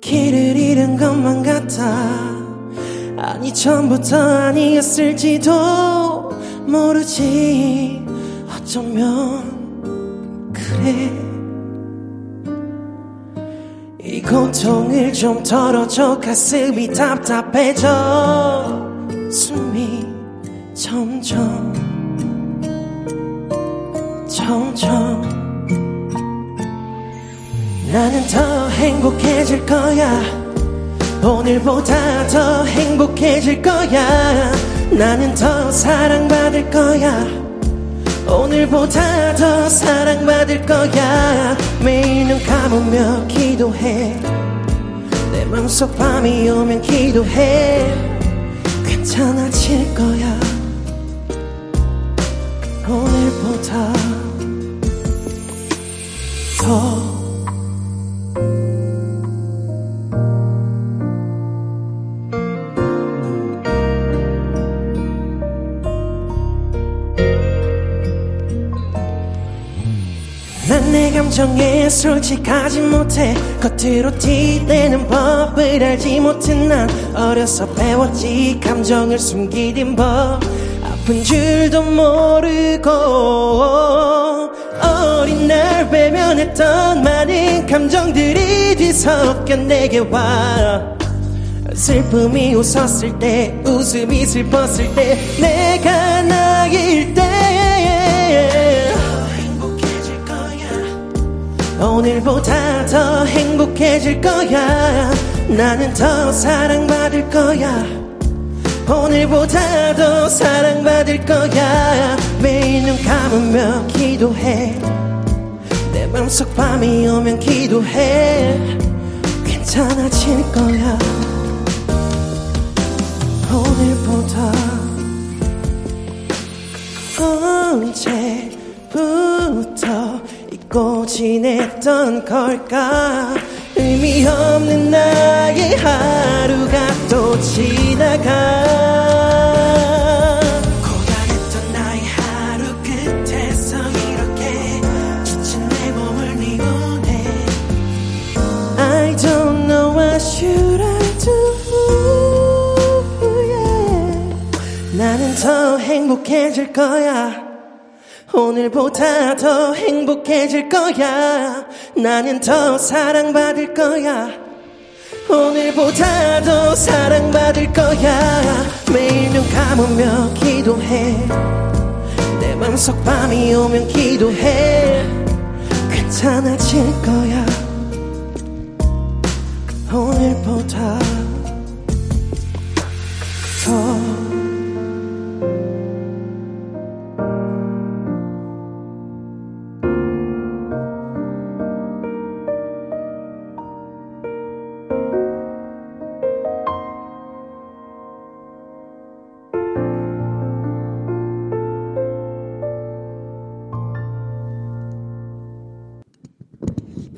[SPEAKER 5] 길을 잃은 것만 같아 아니 처음부터 아니었을지도 모르지 어쩌면 그래 이 고통을 좀 덜어줘 가슴이 답답해져 숨이 점점 점점 나는 더 행복해질 거야 오늘보다 더 행복해질 거야 나는 더 사랑받을 거야 오늘보다 더 사랑받을 거야 매일 눈 감으며 기도해 내 맘속 밤이 오면 기도해 괜찮아질 거야 오늘보다 더 난 내 감정에 솔직하지 못해 겉으로 티내는 법을 알지 못해 난 어려서 배웠지 감정을 숨기는 법 아픈 줄도 모르고 어린 날 외면했던 많은 감정들이 뒤섞여 내게 와 슬픔이 웃었을 때 웃음이 슬펐을 때 내가 나일 때 오늘보다 더 행복해질 거야 나는 더 사랑받을 거야 오늘보다 더 사랑받을 거야 매일 눈 감으며 기도해 내 맘속 밤이 오면 기도해 괜찮아질 거야 오늘보다 언제부터 잊고 지냈던 걸까 의미 없는 나의 하루가 또 지나가 고단했던 나의 하루 끝에서 이렇게 지친 내 몸을 미운해 I don't know what should I do. yeah. 나는 더 행복해질 거야. 오늘보다 더 행복해질 거야. 나는 더 사랑받을 거야. 오늘보다 더 사랑받을 거야. 매일 눈 감으며 기도해. 내 맘속 밤이 오면 기도해. 괜찮아질 거야. 오늘보다 더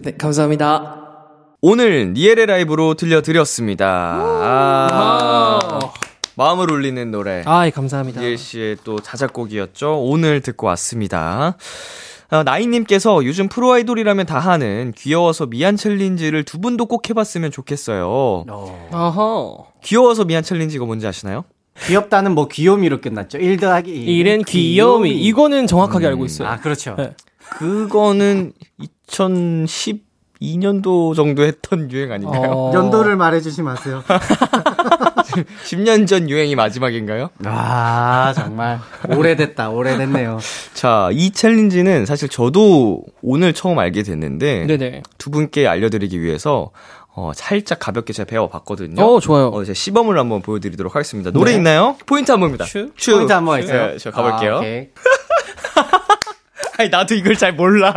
[SPEAKER 10] 네, 감사합니다.
[SPEAKER 6] 오늘 니엘의 라이브로 들려드렸습니다. 아, 마음을 울리는 노래.
[SPEAKER 10] 아, 예, 감사합니다.
[SPEAKER 6] 이엘 씨의 또 자작곡이었죠. 오늘 듣고 왔습니다. 어, 나이님께서 요즘 프로아이돌이라면 다 하는 귀여워서 미안 챌린지를 두 분도 꼭 해봤으면 좋겠어요.
[SPEAKER 5] 어허.
[SPEAKER 6] 귀여워서 미안 챌린지가 뭔지 아시나요?
[SPEAKER 4] 귀엽다는 뭐 귀요미로 끝났죠. 1 더하기 1.
[SPEAKER 5] 이랜 귀요미. 이거는 음. 정확하게 알고 있어요.
[SPEAKER 4] 아, 그렇죠.
[SPEAKER 5] 네.
[SPEAKER 6] 그거는 2012년도 정도 했던 유행 *laughs* 아닌가요?
[SPEAKER 5] 어.
[SPEAKER 2] 연도를 말해주지
[SPEAKER 4] *laughs*
[SPEAKER 2] 마세요.
[SPEAKER 6] 10년 전 유행이 마지막인가요?
[SPEAKER 4] 아, 정말. 오래됐다, 오래됐네요.
[SPEAKER 6] 자, 이 챌린지는 사실 저도 오늘 처음 알게 됐는데
[SPEAKER 5] 네네.
[SPEAKER 6] 두 분께 알려드리기 위해서 어, 살짝 가볍게 제가 배워봤거든요.
[SPEAKER 5] 어, 좋아요.
[SPEAKER 6] 어, 제 시범을 한번 보여드리도록 하겠습니다. 노래 있나요? 포인트 한 번입니다.
[SPEAKER 5] 슈?
[SPEAKER 6] 슈.
[SPEAKER 4] 네. 포인트 한번 있어요?
[SPEAKER 6] 네, 저 가볼게요.
[SPEAKER 4] 아, 오케이.
[SPEAKER 6] 아니, 나도 이걸 잘
[SPEAKER 4] *laughs*
[SPEAKER 6] 몰라.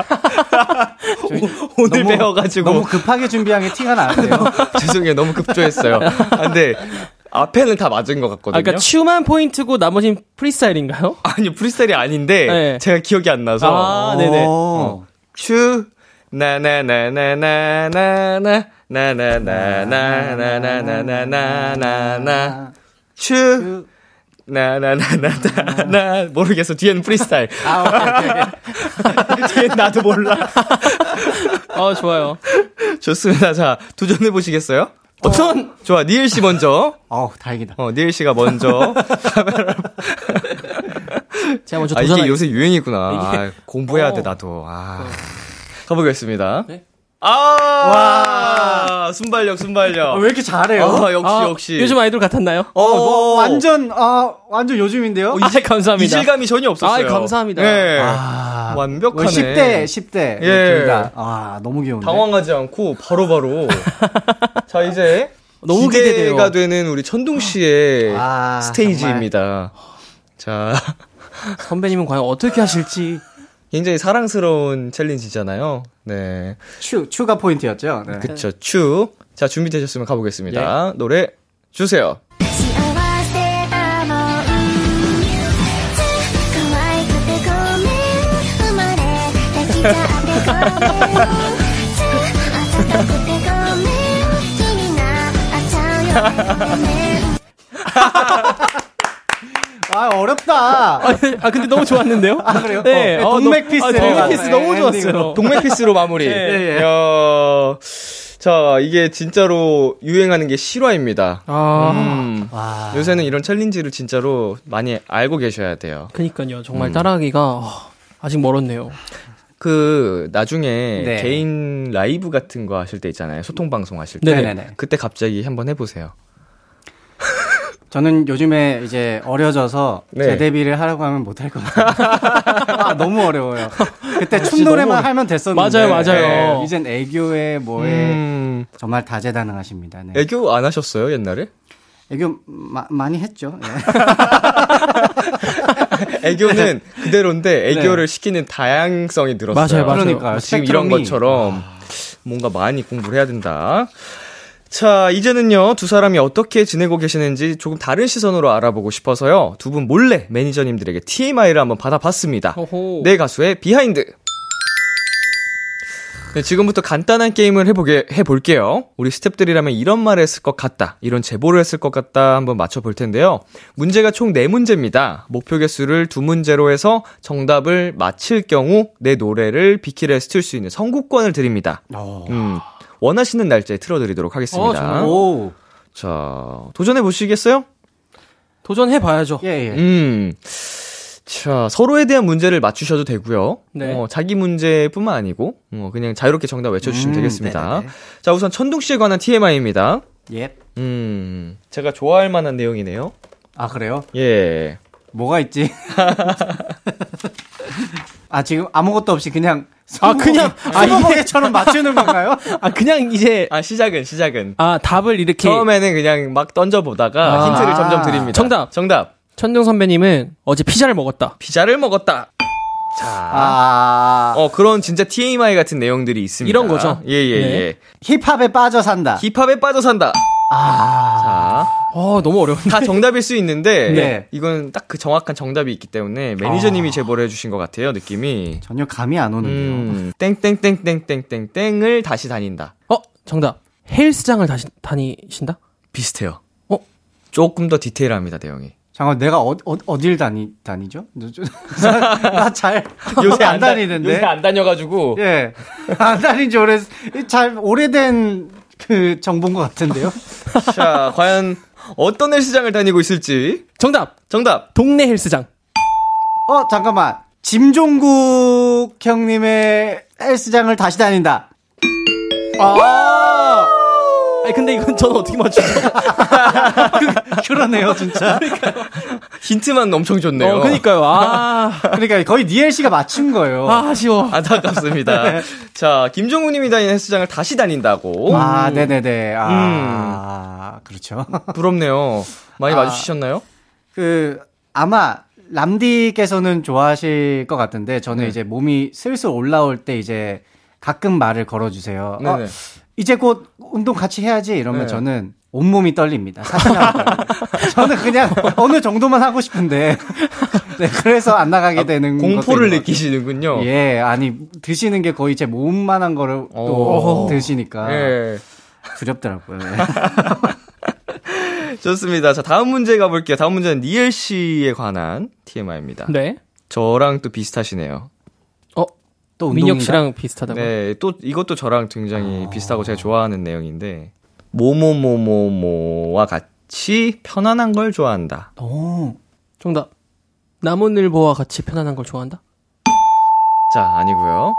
[SPEAKER 6] 오, 늘
[SPEAKER 4] 너무-
[SPEAKER 6] 배워가지고.
[SPEAKER 4] 너무 급하게 준비한 게 티가 나네요.
[SPEAKER 6] *laughs* 죄송해요. 너무 급조했어요. 아, 근데 앞에는 다 맞은 것 같거든요.
[SPEAKER 5] 아, 그러니까 춤만 포인트고 나머지는 프리스타일인가요?
[SPEAKER 6] 아니, 프리스타일이 아닌데
[SPEAKER 5] 네.
[SPEAKER 6] 제가 기억이 안 나서.
[SPEAKER 5] 아, 네네.
[SPEAKER 4] 어. 오.
[SPEAKER 6] 슈 나나나나나나나나 나나나나나나나나나나 슈 나나나나나나 모르겠어 뒤에는 프리스타일
[SPEAKER 4] 아, 오케이, 오케이, 오케이.
[SPEAKER 6] *laughs* 뒤엔 나도 몰라
[SPEAKER 5] 어, 좋아요.
[SPEAKER 6] 좋습니다 자 도전해 보시겠어요? 도전 좋아 니엘 씨 먼저
[SPEAKER 4] 어우, 다행이다.
[SPEAKER 6] 어 니엘 씨가 먼저
[SPEAKER 5] 제가 먼저
[SPEAKER 6] 아
[SPEAKER 5] 도전.
[SPEAKER 6] 이게
[SPEAKER 5] 할
[SPEAKER 6] 요새 유행이구나 아, 공부해야 돼
[SPEAKER 5] 어.
[SPEAKER 6] 나도 아 가보겠습니다
[SPEAKER 5] 네.
[SPEAKER 6] 아와 순발력 순발력
[SPEAKER 4] 왜 이렇게 잘해요?
[SPEAKER 6] 아, 역시,
[SPEAKER 5] 아,
[SPEAKER 6] 역시.
[SPEAKER 5] 요즘 아이돌 같았나요?
[SPEAKER 6] 어,
[SPEAKER 4] 어, 너
[SPEAKER 6] 오.
[SPEAKER 4] 완전, 아, 완전 요즘인데요?
[SPEAKER 5] 아, 감사합니다.
[SPEAKER 6] 이질감이 전혀 없었어요.
[SPEAKER 5] 아이, 감사합니다.
[SPEAKER 6] 네.
[SPEAKER 4] 아,
[SPEAKER 6] 완벽하네.
[SPEAKER 4] 10대, 10대.
[SPEAKER 6] 예.
[SPEAKER 4] 둘 다. 아, 너무 귀여운데.
[SPEAKER 6] 당황하지 않고 바로바로. 자, 이제
[SPEAKER 5] 너무
[SPEAKER 6] 기대가
[SPEAKER 5] 기대돼요.
[SPEAKER 6] 되는 우리 천둥 씨의
[SPEAKER 4] 아,
[SPEAKER 6] 스테이지입니다. 자, *laughs*
[SPEAKER 5] 선배님은 과연 어떻게 하실지.
[SPEAKER 6] 굉장히 사랑스러운 챌린지잖아요. 네.
[SPEAKER 4] 추, 추가 포인트였죠? 네.
[SPEAKER 6] 그쵸, 추. 자, 준비되셨으면 가보겠습니다. 노래 주세요.
[SPEAKER 11] 幸せだもん可愛くてごめん生まれてきちゃってごめん暖かくてごめん気になっちゃ
[SPEAKER 7] *laughs*
[SPEAKER 11] うよね
[SPEAKER 4] 아,
[SPEAKER 5] *laughs*
[SPEAKER 4] 어렵다.
[SPEAKER 5] 아, 아, 근데 너무 좋았는데요? 아,
[SPEAKER 4] 그래요?
[SPEAKER 5] 네.
[SPEAKER 4] 어,
[SPEAKER 5] 어,
[SPEAKER 4] 동맥
[SPEAKER 5] 너무-
[SPEAKER 4] 피스를
[SPEAKER 5] 아, 동맥
[SPEAKER 4] 봤네.
[SPEAKER 5] 피스 너무 좋았어요.
[SPEAKER 6] 동맥 피스로 마무리.
[SPEAKER 5] 예,
[SPEAKER 4] 예.
[SPEAKER 6] 이야. 자, 이게 진짜로 유행하는 게 실화입니다.
[SPEAKER 5] 아,
[SPEAKER 6] 음.
[SPEAKER 4] 와.
[SPEAKER 6] 요새는 이런 챌린지를 진짜로 많이 알고 계셔야 돼요.
[SPEAKER 5] 그니까요. 정말 따라하기가 어, 아직 멀었네요.
[SPEAKER 6] 그 나중에
[SPEAKER 4] 네.
[SPEAKER 6] 개인 라이브 같은 거 하실 때 있잖아요. 소통 방송 하실 때.
[SPEAKER 4] 네네네.
[SPEAKER 6] 그때 갑자기 한번 해 보세요.
[SPEAKER 4] 저는 요즘에 이제 어려져서
[SPEAKER 6] 네.
[SPEAKER 4] 재데뷔를 하라고 하면 못 할 것 같아요. 아, 너무 어려워요. 그때 춤 노래만 하면 됐었는데. 네.
[SPEAKER 5] 맞아요, 맞아요.
[SPEAKER 4] 이젠 애교에 뭐에
[SPEAKER 6] 음.
[SPEAKER 4] 정말 다재다능하십니다. 네.
[SPEAKER 6] 애교 안 하셨어요, 옛날에?
[SPEAKER 4] 애교 마- 많이 했죠.
[SPEAKER 5] *laughs*
[SPEAKER 4] 예.
[SPEAKER 6] 애교는 그대로인데
[SPEAKER 5] 네.
[SPEAKER 6] 애교를 시키는 다양성이 늘었어요.
[SPEAKER 5] 맞아요, 맞아요. 뭐
[SPEAKER 4] 그러니까요.
[SPEAKER 6] 어, 지금
[SPEAKER 4] 스펙트럼이-
[SPEAKER 6] 이런 것처럼 뭔가 많이 공부를 해야 된다. 자, 이제는요, 두 사람이 어떻게 지내고 계시는지 조금 다른 시선으로 알아보고 싶어서요, 두 분 몰래 매니저님들에게 TMI를 한번 받아봤습니다.
[SPEAKER 5] 호호.
[SPEAKER 6] 내 가수의 비하인드. 네, 지금부터 간단한 게임을 해보게, 해볼게요. 우리 스탭들이라면 이런 말을 했을 것 같다. 이런 제보를 했을 것 같다. 한번 맞춰볼 텐데요. 문제가 총 4문제입니다. 목표 개수를 2문제로 해서 정답을 맞힐 경우 내 노래를 비키에 스틸 수 있는 선곡권을 드립니다.
[SPEAKER 2] 어.
[SPEAKER 6] 음, 원하시는 날짜에 틀어드리도록
[SPEAKER 4] 아,
[SPEAKER 6] 하겠습니다.
[SPEAKER 4] 오.
[SPEAKER 6] 자, 도전해보시겠어요?
[SPEAKER 5] 도전해봐야죠.
[SPEAKER 4] 예, 예.
[SPEAKER 6] 음. 자, 서로에 대한 문제를 맞추셔도 되고요.
[SPEAKER 5] 네.
[SPEAKER 6] 어, 자기 문제뿐만 아니고 어, 그냥 자유롭게 정답 외쳐 주시면
[SPEAKER 4] 음,
[SPEAKER 6] 되겠습니다.
[SPEAKER 4] 네네네.
[SPEAKER 6] 자, 우선 천둥 씨에 관한 TMI입니다.
[SPEAKER 4] 예.
[SPEAKER 6] 음. 제가 좋아할 만한 내용이네요.
[SPEAKER 4] 아, 그래요?
[SPEAKER 6] 예.
[SPEAKER 4] 뭐가 있지? *laughs* 아, 지금 아무것도 없이 그냥
[SPEAKER 5] 아, 그냥- 아,
[SPEAKER 4] 아, 이게처럼 맞추는 건가요?
[SPEAKER 5] 아, 그냥 이제,
[SPEAKER 6] 아, 시작은 시작은
[SPEAKER 5] 아, 답을 이렇게.
[SPEAKER 6] 처음에는 그냥 막 던져 보다가
[SPEAKER 5] 아.
[SPEAKER 6] 힌트를 점점 드립니다.
[SPEAKER 5] 정답.
[SPEAKER 6] 정답.
[SPEAKER 5] 천둥 선배님은 어제 피자를 먹었다.
[SPEAKER 6] 피자를 먹었다. 자.
[SPEAKER 4] 아,
[SPEAKER 6] 어, 그런 진짜 TMI 같은 내용들이 있습니다.
[SPEAKER 5] 이런 거죠?
[SPEAKER 6] 예, 예,
[SPEAKER 5] 네.
[SPEAKER 6] 예.
[SPEAKER 4] 힙합에 빠져 산다.
[SPEAKER 6] 힙합에 빠져 산다. 아. 자.
[SPEAKER 5] 어, 너무 어려운데.
[SPEAKER 6] 다 정답일 수 있는데
[SPEAKER 4] *laughs* 네.
[SPEAKER 6] 이건 딱 그 정확한 정답이 있기 때문에 매니저님이 제보를 해주신 것 같아요 느낌이
[SPEAKER 4] 전혀 감이 안 오는데요.
[SPEAKER 6] 아. 음, 땡땡땡땡땡땡땡을 다시 다닌다
[SPEAKER 5] 어, 정답. 헬스장을 다시 다니신다?
[SPEAKER 6] 비슷해요
[SPEAKER 5] 어?
[SPEAKER 6] 조금 더 디테일합니다 내용이
[SPEAKER 4] 잠깐 내가 어, 어, 어딜 다니 다니죠? *laughs* 나잘 요새 안
[SPEAKER 6] 다-
[SPEAKER 4] 다니는데.
[SPEAKER 6] 요새 안 다녀가지고
[SPEAKER 4] 예. 안 다닌 지 오래 잘 오래된 그 정보인 것 같은데요.
[SPEAKER 6] 자 과연 어떤 헬스장을 다니고 있을지
[SPEAKER 5] 정답
[SPEAKER 6] 정답
[SPEAKER 5] 동네 헬스장.
[SPEAKER 4] 어 잠깐만. 짐종국 형님의 헬스장을 다시 다닌다. 아,
[SPEAKER 5] 아니 근데 이건 저는 어떻게 맞추죠?
[SPEAKER 4] *laughs* 그러네요, 진짜.
[SPEAKER 6] 힌트만 엄청 줬네요.
[SPEAKER 5] 어, 그니까요. 아,
[SPEAKER 4] 그러니까 거의 니엘 씨가 맞춘 거예요.
[SPEAKER 5] 아, 아쉬워. *laughs* 네.
[SPEAKER 6] 안타깝습니다. 자 김종우님이 다니는 헬스장을 다시 다닌다고
[SPEAKER 4] 아, 네네네. 아, 그렇죠. *laughs*
[SPEAKER 6] 부럽네요. 많이
[SPEAKER 4] 아.
[SPEAKER 6] 마주치셨나요?
[SPEAKER 4] 그, 아마, 람디께서는 좋아하실 것 같은데, 저는 이제 몸이 슬슬 올라올 때 이제 가끔 말을 걸어주세요. 어,
[SPEAKER 6] 네네.
[SPEAKER 5] 아.
[SPEAKER 4] 이제 곧 운동 같이 해야지 이러면
[SPEAKER 6] 네.
[SPEAKER 4] 저는 온몸이 떨립니다.
[SPEAKER 6] *laughs*
[SPEAKER 4] 사실상 저는 그냥 어느 정도만 하고 싶은데. 네, 그래서 안 나가게 되는
[SPEAKER 6] 아,
[SPEAKER 4] 것도
[SPEAKER 6] 공포를
[SPEAKER 4] 있는 것 같아요.
[SPEAKER 6] 느끼시는군요.
[SPEAKER 4] 예, 아니 드시는 게 거의 제 몸만한 거를 또
[SPEAKER 6] 오.
[SPEAKER 4] 드시니까
[SPEAKER 6] 어. 예.
[SPEAKER 5] 아.
[SPEAKER 4] 두렵더라고요.
[SPEAKER 6] *laughs*
[SPEAKER 4] 네.
[SPEAKER 6] 좋습니다. 자, 다음 문제 가볼게요. 다음 문제는 니엘 씨에 관한 TMI입니다.
[SPEAKER 5] *laughs* 네.
[SPEAKER 6] 저랑 또 비슷하시네요.
[SPEAKER 5] 어,
[SPEAKER 4] 또
[SPEAKER 5] 민혁
[SPEAKER 4] 운동인가?
[SPEAKER 5] 씨랑 비슷하다고. 요
[SPEAKER 6] 네, 또 이것도 저랑 굉장히 비슷하고 제가 좋아하는 내용인데 뭐뭐뭐뭐뭐와 같이 편안한 걸 좋아한다.
[SPEAKER 4] 오,
[SPEAKER 5] 정답. 나무늘보와 같이 편안한 걸 좋아한다.
[SPEAKER 6] 자, 아니고요.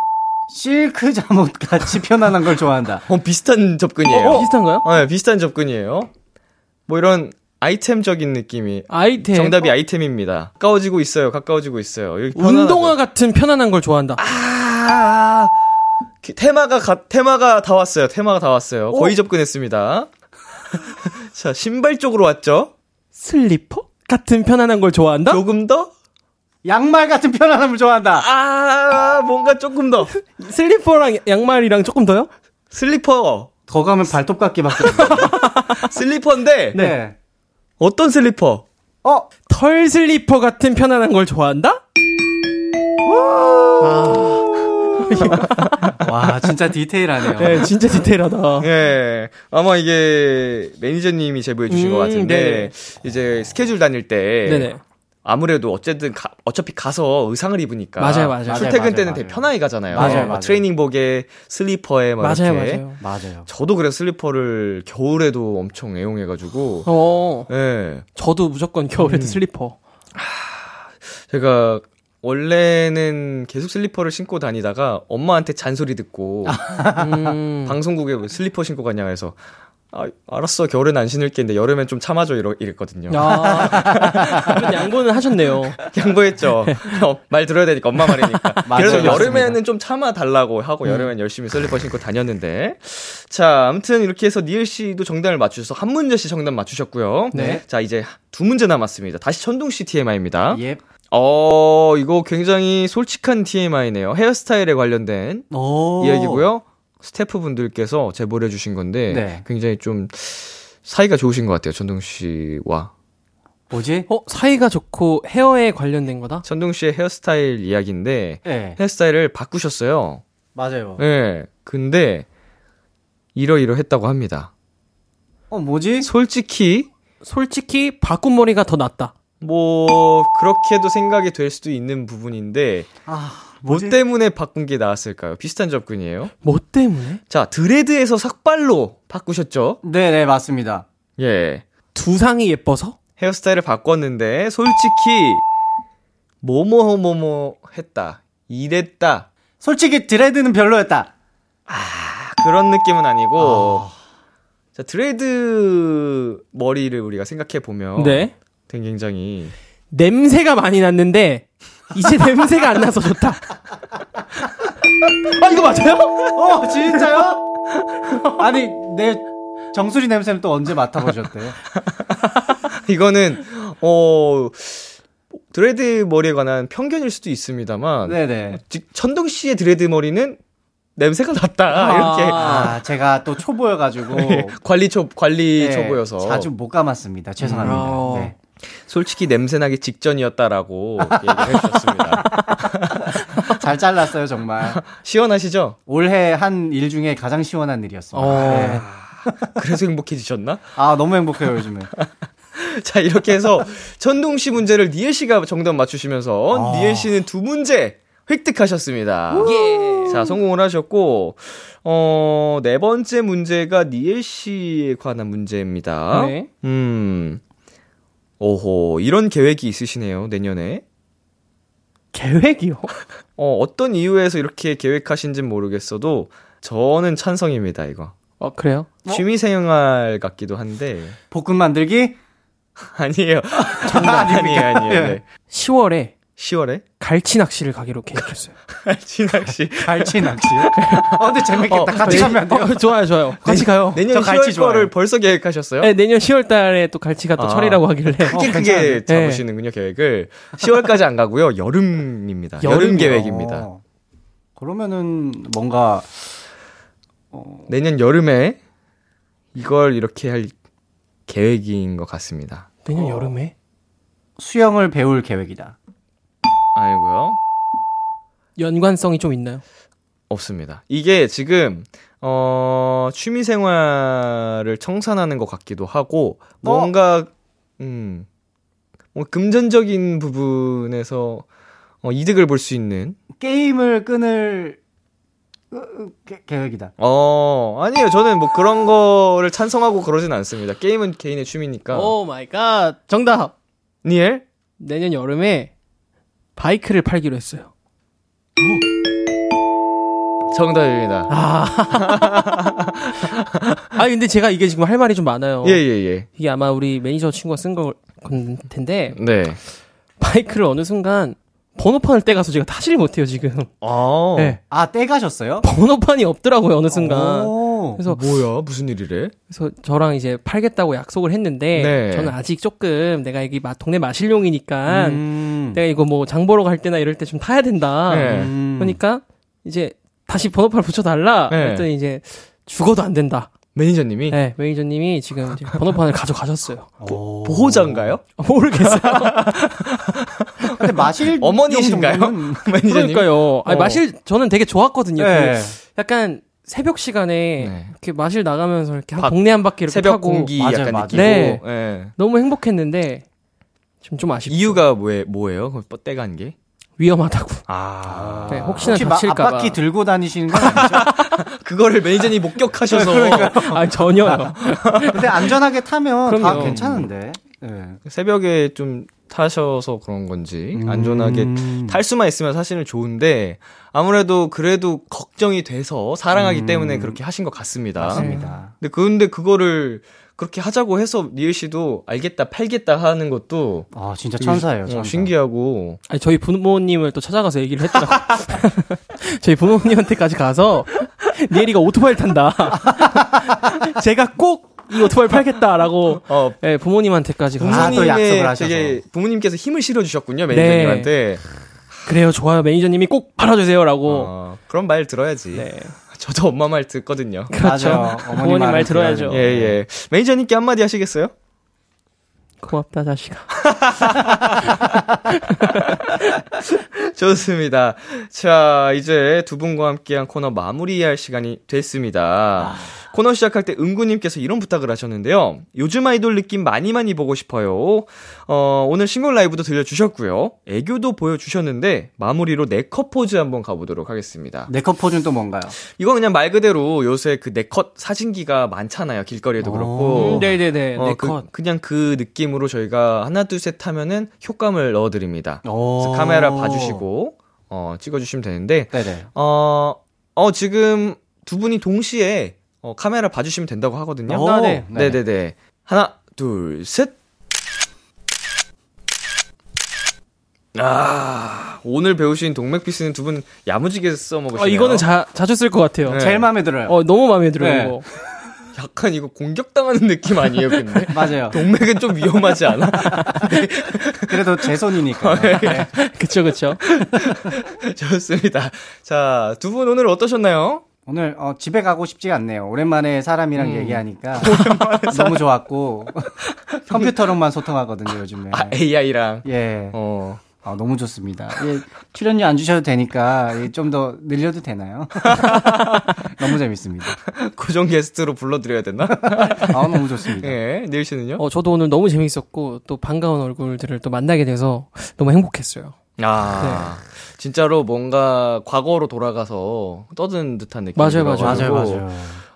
[SPEAKER 4] 실크 잠옷 같이 편안한 걸 좋아한다.
[SPEAKER 6] 어, 비슷한 접근이에요.
[SPEAKER 5] 어, 비슷한가요?
[SPEAKER 6] 네, 비슷한 접근이에요. 뭐 이런 아이템적인 느낌이
[SPEAKER 5] 아이템. 어?
[SPEAKER 6] 정답이 아이템입니다. 가까워지고 있어요. 가까워지고 있어요. 여기 편안하고.
[SPEAKER 5] 운동화 같은 편안한 걸 좋아한다.
[SPEAKER 6] 아, 그 테마가 가- 테마가 다 왔어요. 테마가 다 왔어요. 거의 접근했습니다. *laughs* 자, 신발 쪽으로 왔죠?
[SPEAKER 5] 슬리퍼 같은 편안한 걸 좋아한다.
[SPEAKER 6] 조금 더?
[SPEAKER 4] 양말 같은 편안함을 좋아한다.
[SPEAKER 6] 아, 뭔가 조금 더.
[SPEAKER 5] 슬리퍼랑 양말이랑 조금 더요?
[SPEAKER 6] 슬리퍼.
[SPEAKER 4] 더 가면 발톱깎이밖에. 없네.
[SPEAKER 6] *laughs* 슬리퍼인데
[SPEAKER 4] 네.
[SPEAKER 6] 어떤 슬리퍼?
[SPEAKER 4] 어,
[SPEAKER 5] 털 슬리퍼 같은 편안한 걸 좋아한다?
[SPEAKER 4] 와 진짜
[SPEAKER 5] *laughs*
[SPEAKER 4] 디테일하네요.
[SPEAKER 5] 네, 진짜 디테일하다.
[SPEAKER 6] *laughs* 예. 아마 이게 매니저님이 제보해 주신
[SPEAKER 5] 음,
[SPEAKER 6] 것 같은데
[SPEAKER 5] 네네.
[SPEAKER 6] 이제 스케줄 다닐 때
[SPEAKER 5] 네네.
[SPEAKER 6] 아무래도 어쨌든 가- 어차피 가서 의상을 입으니까
[SPEAKER 5] 맞아요, 맞아요.
[SPEAKER 6] 출퇴근
[SPEAKER 4] 맞아요,
[SPEAKER 6] 때는
[SPEAKER 4] 맞아요.
[SPEAKER 6] 되게 편하게 가잖아요.
[SPEAKER 4] 맞아요,
[SPEAKER 6] 뭐
[SPEAKER 4] 맞아요.
[SPEAKER 6] 트레이닝복에 슬리퍼에 막
[SPEAKER 5] 맞아요,
[SPEAKER 6] 이렇게.
[SPEAKER 5] 맞아요.
[SPEAKER 4] 맞아요.
[SPEAKER 6] 저도 그래서 슬리퍼를 겨울에도 엄청 애용해가지고
[SPEAKER 5] 어,
[SPEAKER 6] 예.
[SPEAKER 5] 저도 무조건 겨울에도 슬리퍼.
[SPEAKER 6] 제가 원래는 계속 슬리퍼를 신고 다니다가 엄마한테 잔소리 듣고
[SPEAKER 5] 음.
[SPEAKER 6] *laughs* 방송국에 왜 슬리퍼 신고 가냐 해서 아, 알았어 겨울엔 안 신을게 근데 여름엔 좀 참아줘 이러, 이랬거든요
[SPEAKER 5] 야, 그런 아. 양보는 하셨네요.
[SPEAKER 6] 양보했죠 어, 말 들어야 되니까 엄마 말이니까
[SPEAKER 4] *laughs* 맞아요,
[SPEAKER 6] 그래서
[SPEAKER 4] 맞습니다. 음.
[SPEAKER 6] 여름에는 좀 참아달라고 하고 여름엔 열심히 슬리퍼 신고 다녔는데 자 아무튼 이렇게 해서 니엘 씨도 정답을 맞추셔서 한 문제씩 정답 맞추셨고요
[SPEAKER 4] 네.
[SPEAKER 6] 자 이제 두 문제 남았습니다 다시 천둥 씨 TMI입니다
[SPEAKER 4] 예.
[SPEAKER 6] 어 이거 굉장히 솔직한 TMI네요 헤어스타일에 관련된 어.
[SPEAKER 4] 오.
[SPEAKER 6] 이야기고요. 뭐- 스태프분들께서 제보를 해주신 건데
[SPEAKER 4] 네.
[SPEAKER 6] 굉장히 좀 사이가 좋으신 것 같아요. 천둥 씨와
[SPEAKER 4] 뭐지?
[SPEAKER 5] 어, 사이가 좋고 헤어에 관련된 거다?
[SPEAKER 6] 천둥 씨의 헤어스타일 이야기인데
[SPEAKER 4] 네.
[SPEAKER 6] 헤어스타일을 바꾸셨어요.
[SPEAKER 4] 맞아요.
[SPEAKER 6] 예. 근데 이러이러했다고 합니다.
[SPEAKER 4] 어, 뭐지?
[SPEAKER 6] 솔직히
[SPEAKER 5] 솔직히 바꾼 머리가 더 낫다.
[SPEAKER 6] 뭐 그렇게도 생각이 될 수도 있는 부분인데
[SPEAKER 4] 아,
[SPEAKER 6] 뭐
[SPEAKER 4] 뭐지?
[SPEAKER 6] 때문에 바꾼 게 나았을까요? 비슷한 접근이에요.
[SPEAKER 5] 뭐 때문에?
[SPEAKER 6] 자 드레드에서 삭발로 바꾸셨죠?
[SPEAKER 4] 네, 네, 맞습니다.
[SPEAKER 6] 예.
[SPEAKER 5] 두상이 예뻐서?
[SPEAKER 6] 헤어스타일을 바꿨는데 솔직히 뭐뭐뭐뭐 했다 이랬다
[SPEAKER 4] 솔직히 드레드는 별로였다.
[SPEAKER 6] 그런 느낌은 아니고 자 드레드 머리를 우리가 생각해 보면
[SPEAKER 5] 네.
[SPEAKER 6] 굉장히 *laughs*
[SPEAKER 5] 냄새가 많이 났는데, 이제 냄새가 안 나서 좋다. 아, 이거 맞아요?
[SPEAKER 4] 어, 진짜요? *laughs* 아니, 내 정수리 냄새는 또 언제 맡아보셨대요?
[SPEAKER 6] 이거는 어 드레드 머리에 관한 편견일 수도 있습니다만
[SPEAKER 4] 네네.
[SPEAKER 6] 즉 천둥 씨의 드레드 머리는 냄새가 났다
[SPEAKER 4] 아, 제가 또 초보여가지고.
[SPEAKER 6] 이렇게 *laughs* 관리 초 관리
[SPEAKER 4] 네,
[SPEAKER 6] 네, 초보여서
[SPEAKER 4] 자주 못 감았습니다.
[SPEAKER 5] 음.
[SPEAKER 4] 죄송합니다. 네.
[SPEAKER 6] 솔직히
[SPEAKER 4] *laughs*
[SPEAKER 6] 냄새나기 직전이었다라고 얘기를 해주셨습니다.
[SPEAKER 4] 잘 잘랐어요, 정말.
[SPEAKER 6] 시원하시죠?
[SPEAKER 4] 올해 한 일 중에 가장 시원한 일이었습니다.
[SPEAKER 5] 어.
[SPEAKER 4] 네.
[SPEAKER 6] 그래서 행복해지셨나? *laughs*
[SPEAKER 4] 아, 너무 행복해요, 요즘에.
[SPEAKER 6] 자, 이렇게 해서 전동 씨 문제를 니엘 씨가 정답 맞추시면서 니엘 씨는 두 문제 획득하셨습니다. 자, 성공을 하셨고, 어, 네 번째 문제가 니엘 씨에 관한 문제입니다.
[SPEAKER 5] 네.
[SPEAKER 6] 음. 오호, 이런 계획이 있으시네요, 내년에.
[SPEAKER 5] 계획이요?
[SPEAKER 6] 어, 어떤 이유에서 이렇게 계획하신지는 모르겠어도, 저는 찬성입니다, 이거.
[SPEAKER 5] 어, 그래요?
[SPEAKER 6] 취미생활 같기도 한데,
[SPEAKER 2] 볶음 만들기?
[SPEAKER 6] 아니에요. 장난 아니에요, 아니에요. 네.
[SPEAKER 5] 10월에
[SPEAKER 6] 10월에?
[SPEAKER 5] 갈치 낚시를 가기로 계획했어요.
[SPEAKER 6] 진학씨.
[SPEAKER 2] 갈치
[SPEAKER 5] *laughs*
[SPEAKER 2] 낚시.
[SPEAKER 4] 아,
[SPEAKER 2] 어, 근데 재밌겠다. 같이
[SPEAKER 5] 네.
[SPEAKER 2] 가면 안 돼요?
[SPEAKER 5] 어, 좋아요, 좋아요. 같이 가요.
[SPEAKER 6] *laughs* 내년
[SPEAKER 2] 저 갈치
[SPEAKER 6] 10월 거를
[SPEAKER 2] 좋아해요.
[SPEAKER 6] 벌써 계획하셨어요?
[SPEAKER 5] 네, 내년 10월 달에 또 갈치가 또
[SPEAKER 6] 아.
[SPEAKER 5] 철이라고 하길래. 어,
[SPEAKER 6] *laughs*
[SPEAKER 5] 네.
[SPEAKER 6] 크게
[SPEAKER 2] 괜찮은데?
[SPEAKER 5] 예.
[SPEAKER 6] 크게 잡으시는군요, 계획을. 10월까지 안 가고요, 여름입니다. 여름,
[SPEAKER 5] 여름이요.
[SPEAKER 6] 계획입니다.
[SPEAKER 2] 어. 그러면은 뭔가
[SPEAKER 6] 내년 여름에 이걸 이렇게 할 계획인 것 같습니다.
[SPEAKER 5] 내년 여름에?
[SPEAKER 2] 수영을 배울 계획이다.
[SPEAKER 6] 아니고요.
[SPEAKER 5] 연관성이 좀 있나요?
[SPEAKER 6] 없습니다. 이게 지금 어 취미 생활을 청산하는 것 같기도 하고 뭔가 음. 뭐 금전적인 부분에서 어, 이득을 볼 수 있는
[SPEAKER 2] 게임을 끊을 으, 으, 게- 계획이다.
[SPEAKER 6] 어 아니에요 저는 뭐 그런 거를 찬성하고 그러진 않습니다 게임은 개인의 취미니까
[SPEAKER 5] 오 마이 갓. Oh 정답.
[SPEAKER 6] 니엘
[SPEAKER 5] 내년 여름에 바이크를 팔기로 했어요.
[SPEAKER 6] 정답입니다
[SPEAKER 5] *laughs* 아 근데 제가 이게 지금 할 말이 좀 많아요.
[SPEAKER 6] 예예예
[SPEAKER 5] 이게 아마 우리 매니저 친구가 쓴 걸 텐데
[SPEAKER 6] 네
[SPEAKER 5] 바이크를 어느 순간 번호판을 떼가서 제가 타지를 못해요 지금.
[SPEAKER 6] 어.
[SPEAKER 5] 네.
[SPEAKER 2] 아, 떼가셨어요?
[SPEAKER 5] 번호판이 없더라고요 어느 순간.
[SPEAKER 2] 오.
[SPEAKER 5] 그래서
[SPEAKER 6] 뭐야 무슨 일이래
[SPEAKER 5] 그래서 저랑 이제 팔겠다고 약속을 했는데
[SPEAKER 6] 네.
[SPEAKER 5] 저는 아직 조금 내가 여기 마- 동네 마실용이니까
[SPEAKER 2] 음.
[SPEAKER 5] 내가 이거 뭐 장 보러 갈 때나 이럴 때 좀 타야 된다.
[SPEAKER 6] 네.
[SPEAKER 2] 음.
[SPEAKER 5] 그러니까 이제 다시 번호판 을 붙여달라.
[SPEAKER 6] 네.
[SPEAKER 5] 그랬더니 이제 죽어도 안 된다.
[SPEAKER 6] 매니저님이
[SPEAKER 5] 네, 매니저님이 지금 이제 번호판을 가져가셨어요.
[SPEAKER 2] 오.
[SPEAKER 6] 보호자인가요
[SPEAKER 5] 모르겠어요.
[SPEAKER 2] 근데 마실
[SPEAKER 6] 어머니이신가요?
[SPEAKER 2] 정도는-
[SPEAKER 6] 매니저님
[SPEAKER 5] 그러니까요. 아니,
[SPEAKER 6] *laughs* 어.
[SPEAKER 5] 마실 저는 되게 좋았거든요.
[SPEAKER 2] 네.
[SPEAKER 5] 그 약간 새벽 시간에
[SPEAKER 6] 네.
[SPEAKER 5] 이렇게 마실 나가면서 이렇게 한
[SPEAKER 6] 밖-
[SPEAKER 5] 동네 한 바퀴 이렇게
[SPEAKER 6] 새벽
[SPEAKER 5] 타고
[SPEAKER 6] 공기
[SPEAKER 2] 맞아요,
[SPEAKER 6] 약간
[SPEAKER 2] 맞아요.
[SPEAKER 6] 느끼고
[SPEAKER 5] 네.
[SPEAKER 6] 예.
[SPEAKER 5] 너무 행복했는데 지금 좀 아쉽.
[SPEAKER 6] 이유가 뭐에, 뭐예요? 그럼 뻗대간 게?
[SPEAKER 5] 위험하다고.
[SPEAKER 6] 아.
[SPEAKER 5] 네, 혹시나
[SPEAKER 2] 혹시 마,
[SPEAKER 5] 다칠까봐.
[SPEAKER 2] 앞바퀴 들고 다니시는 건 아니죠?
[SPEAKER 6] 그거를 매니저님 목격하셔서
[SPEAKER 5] 아 전혀요.
[SPEAKER 2] 근데 안전하게 타면 다
[SPEAKER 5] 그럼요.
[SPEAKER 2] 괜찮은데. 네.
[SPEAKER 6] 새벽에 좀 타셔서 그런 건지 안전하게 탈 수만 있으면 사실은 좋은데 아무래도 그래도 걱정이 돼서 사랑하기 때문에 그렇게 하신 것 같습니다.
[SPEAKER 2] 맞습니다.
[SPEAKER 6] 근데 근데 그거를 그렇게 하자고 해서 니엘 씨도 알겠다 팔겠다 하는 것도
[SPEAKER 2] 아, 진짜
[SPEAKER 6] 되게
[SPEAKER 2] 천사예요.
[SPEAKER 6] 어,
[SPEAKER 2] 천사.
[SPEAKER 6] 신기하고
[SPEAKER 5] 아니, 저희 부모님을 또 찾아가서 얘기를 했더라고. 저희 부모님한테까지 가서 니엘이가 오토바이 탄다. *laughs* 제가 꼭 이 오토바이 팔겠다라고
[SPEAKER 6] 어,
[SPEAKER 5] 예, 부모님한테까지 가서
[SPEAKER 2] 아, 또
[SPEAKER 6] 부모님의
[SPEAKER 2] 약속을 하셔서.
[SPEAKER 6] 되게 부모님께서 힘을 실어주셨군요 매니저님한테.
[SPEAKER 5] 그래요 좋아요 매니저님이 꼭 팔아주세요라고.
[SPEAKER 6] 어, 그런 말 들어야지.
[SPEAKER 5] 네.
[SPEAKER 6] 저도 엄마 말 듣거든요.
[SPEAKER 5] 그렇죠. *laughs*
[SPEAKER 2] 맞아요. 어머니
[SPEAKER 5] 부모님 말
[SPEAKER 2] 말을
[SPEAKER 5] 들어야죠.
[SPEAKER 2] 들어야
[SPEAKER 6] 예, 예. 매니저님께 한마디 하시겠어요?
[SPEAKER 5] 고맙다 자식아.
[SPEAKER 6] 좋습니다. 자, 이제 두 분과 함께한 코너 마무리할 시간이
[SPEAKER 5] 아.
[SPEAKER 6] 됐습니다. 코너 시작할 때 은구님께서 이런 부탁을 하셨는데요. 요즘 아이돌 느낌 많이 많이 보고 싶어요. 어, 오늘 신곡 라이브도 들려주셨고요. 애교도 보여주셨는데 마무리로 네컷 포즈 한번 가보도록 하겠습니다.
[SPEAKER 2] 네컷 포즈는 또 뭔가요?
[SPEAKER 6] 이거 그냥 말 그대로 요새 그 네컷 사진기가 많잖아요. 길거리에도 그렇고.
[SPEAKER 5] 음, 네네네
[SPEAKER 6] 어,
[SPEAKER 5] 네
[SPEAKER 6] 그,
[SPEAKER 5] 컷.
[SPEAKER 6] 그냥 그 느낌으로 저희가 하나 둘 셋 하면은 효과음을 넣어드립니다.
[SPEAKER 2] 오.
[SPEAKER 6] 그래서 카메라 봐주시고 어, 찍어주시면 되는데
[SPEAKER 2] 네네.
[SPEAKER 6] 어, 어 지금 두 분이 동시에 어, 카메라 봐주시면 된다고 하거든요.
[SPEAKER 2] 오, 아, 네.
[SPEAKER 6] 네. 네네 하나 둘 셋. 아 오늘 배우신 동맥피스는 두 분 야무지게 써먹으시네요.
[SPEAKER 5] 어, 이거는 자, 자주 쓸 것 같아요.
[SPEAKER 6] 네.
[SPEAKER 2] 제일 마음에 들어요.
[SPEAKER 5] 어 너무 마음에 들어요.
[SPEAKER 2] 네.
[SPEAKER 5] 이거. *laughs*
[SPEAKER 6] 약간 이거 공격당하는 느낌 아니에요,
[SPEAKER 5] *laughs*
[SPEAKER 6] 근데? *laughs*
[SPEAKER 2] 맞아요.
[SPEAKER 6] 동맥은 좀 위험하지 않아? *laughs*
[SPEAKER 2] 그래도 제 손이니까. 네.
[SPEAKER 5] 그쵸 그쵸.
[SPEAKER 6] 좋습니다. 자, 두 분 오늘 어떠셨나요?
[SPEAKER 2] 오늘 어, 집에 가고 싶지 않네요. 오랜만에 사람이랑 얘기하니까 너무
[SPEAKER 5] 네.
[SPEAKER 2] 좋았고 컴퓨터로만 소통하거든요 요즘에.
[SPEAKER 6] 아, AI랑.
[SPEAKER 2] 예.
[SPEAKER 6] 어.
[SPEAKER 4] 아, 너무 좋습니다. 예, 출연료 안 주셔도 되니까 예, 좀 더 늘려도 되나요? *laughs* 너무 재밌습니다.
[SPEAKER 2] 고정 게스트로 불러드려야 되나?
[SPEAKER 4] 아, 너무 좋습니다.
[SPEAKER 2] 예, 네일 씨는요?
[SPEAKER 5] 어, 저도 오늘 너무 재밌었고 또 반가운 얼굴들을 또 만나게 돼서 너무 행복했어요.
[SPEAKER 2] 아,
[SPEAKER 5] 네.
[SPEAKER 2] 진짜로 뭔가 과거로 돌아가서 떠드는 듯한 느낌.
[SPEAKER 5] 맞아요, 맞아요.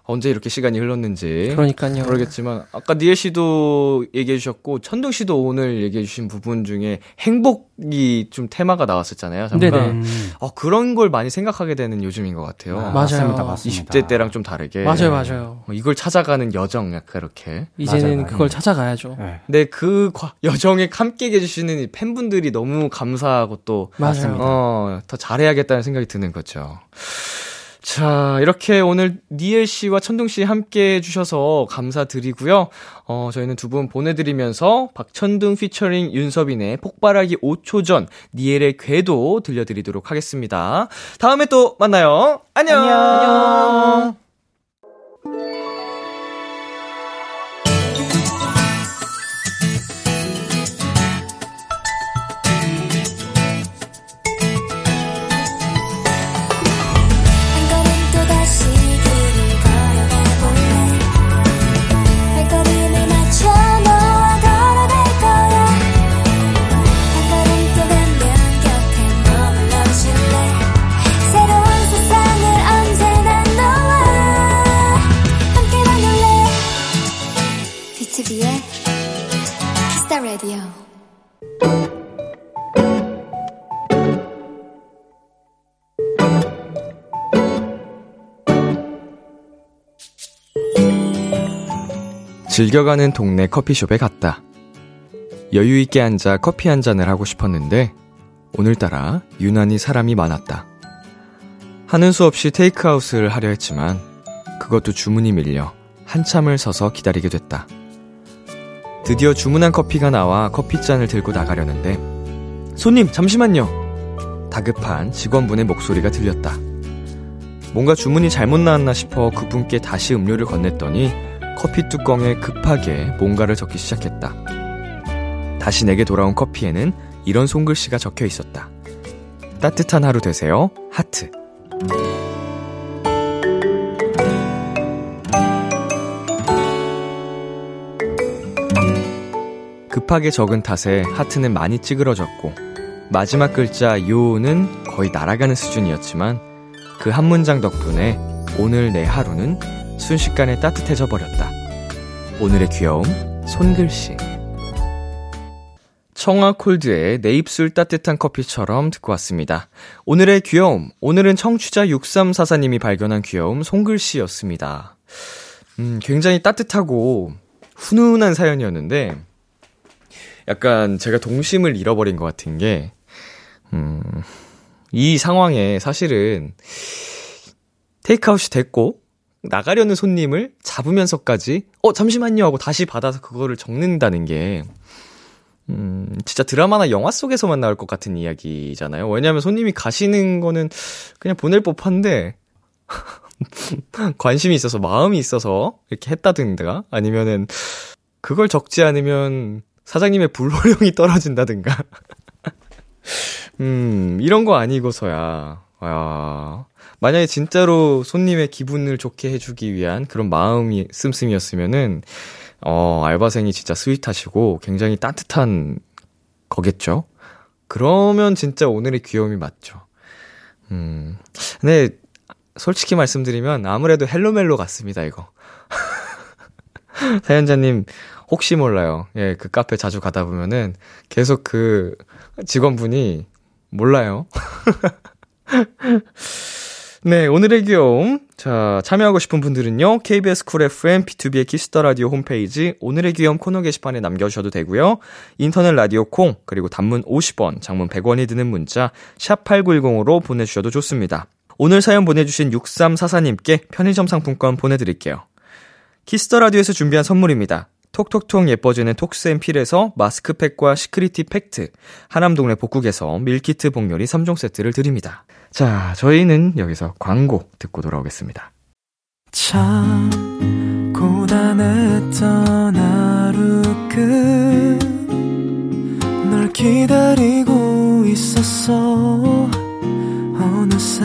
[SPEAKER 2] 언제 이렇게 시간이 흘렀는지.
[SPEAKER 6] 네.
[SPEAKER 5] 그러니까요.
[SPEAKER 2] 모르겠지만 아까 니엘 씨도 얘기해 주셨고 천둥 씨도 오늘 얘기해 주신 부분 중에 행복이 좀 테마가 나왔었잖아요. 잠깐.
[SPEAKER 5] 네네.
[SPEAKER 2] 어, 그런 걸 많이 생각하게 되는 요즘인 것 같아요.
[SPEAKER 4] 아,
[SPEAKER 5] 맞아요.
[SPEAKER 4] 맞습니다, 맞습니다.
[SPEAKER 2] 20대 때랑 좀
[SPEAKER 4] 예.
[SPEAKER 2] 다르게.
[SPEAKER 5] 맞아요, 맞아요.
[SPEAKER 2] 어, 이걸 찾아가는 여정 약간 이렇게.
[SPEAKER 5] 이제는
[SPEAKER 4] 맞아요.
[SPEAKER 5] 그걸 찾아가야죠.
[SPEAKER 4] 네.
[SPEAKER 2] 근데 그 과- 여정에 함께 해주시는 이 팬분들이 너무 감사하고 또
[SPEAKER 5] 맞아요.
[SPEAKER 2] 어, 더 잘해야겠다는 생각이 드는 거죠. 그렇죠. 자, 이렇게 오늘 니엘 씨와 천둥 씨 함께 해주셔서 감사드리고요. 어, 저희는 두 분 보내드리면서 박천둥 피처링 윤섭인의 폭발하기 5초 전 니엘의 궤도 들려드리도록 하겠습니다. 다음에 또 만나요. 안녕.
[SPEAKER 7] 한 걸음 또다시 길을 걸어가볼래 발걸음을 맞춰 너와 걸어갈 거야 한 걸음 또 가면 곁에 머물러줄래 새로운 세상을 언제나 너와 함께 만날래 B2B의 키스타 라디오
[SPEAKER 2] 즐겨가는 동네 커피숍에 갔다. 여유있게 앉아 커피 한 잔을 하고 싶었는데, 오늘따라 유난히 사람이 많았다. 하는 수 없이 테이크아웃을 하려 했지만, 그것도 주문이 밀려 한참을 서서 기다리게 됐다. 드디어 주문한 커피가 나와 커피잔을 들고 나가려는데, 손님, 잠시만요! 다급한 직원분의 목소리가 들렸다. 뭔가 주문이 잘못 나왔나 싶어 그분께 다시 음료를 건넸더니 커피 뚜껑에 급하게 뭔가를 적기 시작했다. 다시 내게 돌아온 커피에는 이런 손글씨가 적혀 있었다. 따뜻한 하루 되세요. 하트. 급하게 적은 탓에 하트는 많이 찌그러졌고 마지막 글자 요는 거의 날아가는 수준이었지만 그 한 문장 덕분에 오늘 내 하루는 순식간에 따뜻해져 버렸다. 오늘의 귀여움, 손글씨. 청아콜드의 내 입술 따뜻한 커피처럼 듣고 왔습니다. 오늘의 귀여움, 오늘은 청취자 6344님이 발견한 귀여움, 손글씨였습니다. 음, 굉장히 따뜻하고 훈훈한 사연이었는데, 약간 제가 동심을 잃어버린 것 같은 게, 음, 이 상황에 사실은 테이크아웃이 됐고, 나가려는 손님을 잡으면서까지 어 잠시만요 하고 다시 받아서 그거를 적는다는 게 음, 진짜 드라마나 영화 속에서만 나올 것 같은 이야기잖아요. 왜냐하면 손님이 가시는 거는 그냥 보낼 법한데 *laughs* 관심이 있어서 마음이 있어서 이렇게 했다든가 아니면은 그걸 적지 않으면 사장님의 불호령이 *laughs* 떨어진다든가 음 이런 거 아니고서야 와 만약에 진짜로 손님의 기분을 좋게 해주기 위한 그런 마음이 씀씀이었으면은 어 알바생이 진짜 스윗하시고 굉장히 따뜻한 거겠죠. 그러면 진짜 오늘의 귀여움이 맞죠. 음 근데 솔직히 말씀드리면 아무래도 헬로멜로 같습니다 이거. *laughs* 사연자님 혹시 몰라요. 예 그 카페 자주 가다 보면은 계속 그 직원분이 몰라요. *laughs* 네, 오늘의 귀여움. 자, 참여하고 싶은 분들은요, KBS 쿨 FM, B2B의 키스터 라디오 홈페이지, 오늘의 귀여움 코너 게시판에 남겨주셔도 되고요 인터넷 라디오 콩, 그리고 단문 50원, 장문 100원이 드는 문자, 샵8910으로 보내주셔도 좋습니다. 오늘 사연 보내주신 6344님께 편의점 상품권 보내드릴게요. 키스터 라디오에서 준비한 선물입니다. 톡톡톡 예뻐지는 톡스앤필에서 마스크팩과 시크리티 팩트, 하남동네 복국에서 밀키트 복요리 3종 세트를 드립니다. 자, 저희는 여기서 광고 듣고 돌아오겠습니다.
[SPEAKER 12] 참 고단했던 하루 끝 널 기다리고
[SPEAKER 5] 알고 있었어 어느새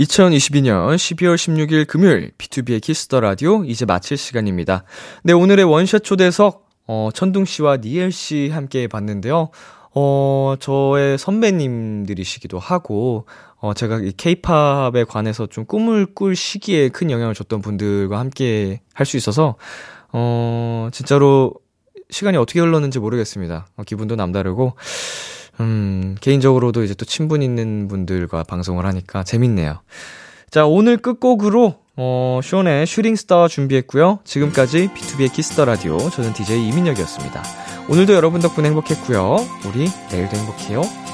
[SPEAKER 2] 2022년 12월 16일 금요일 B2B의 키스터 라디오 이제 마칠 시간입니다. 네, 오늘의 원샷 초대석 어, 천둥 씨와 니엘 씨 함께 봤는데요. 어, 저의 선배님들이시기도 하고 어, 제가 이 K팝에 관해서 좀 꿈을 꿀 시기에 큰 영향을 줬던 분들과 함께 할 수 있어서 어, 진짜로 시간이 어떻게 흘렀는지 모르겠습니다. 어, 기분도 남다르고 음, 개인적으로도 이제 또 친분 있는 분들과 방송을 하니까 재밌네요. 자, 오늘 끝곡으로, 어, 쇼네 슈링스타 준비했고요. 지금까지 B2B의 키스터 라디오. 저는 DJ 이민혁이었습니다. 오늘도 여러분 덕분에 행복했고요. 우리 내일도 행복해요.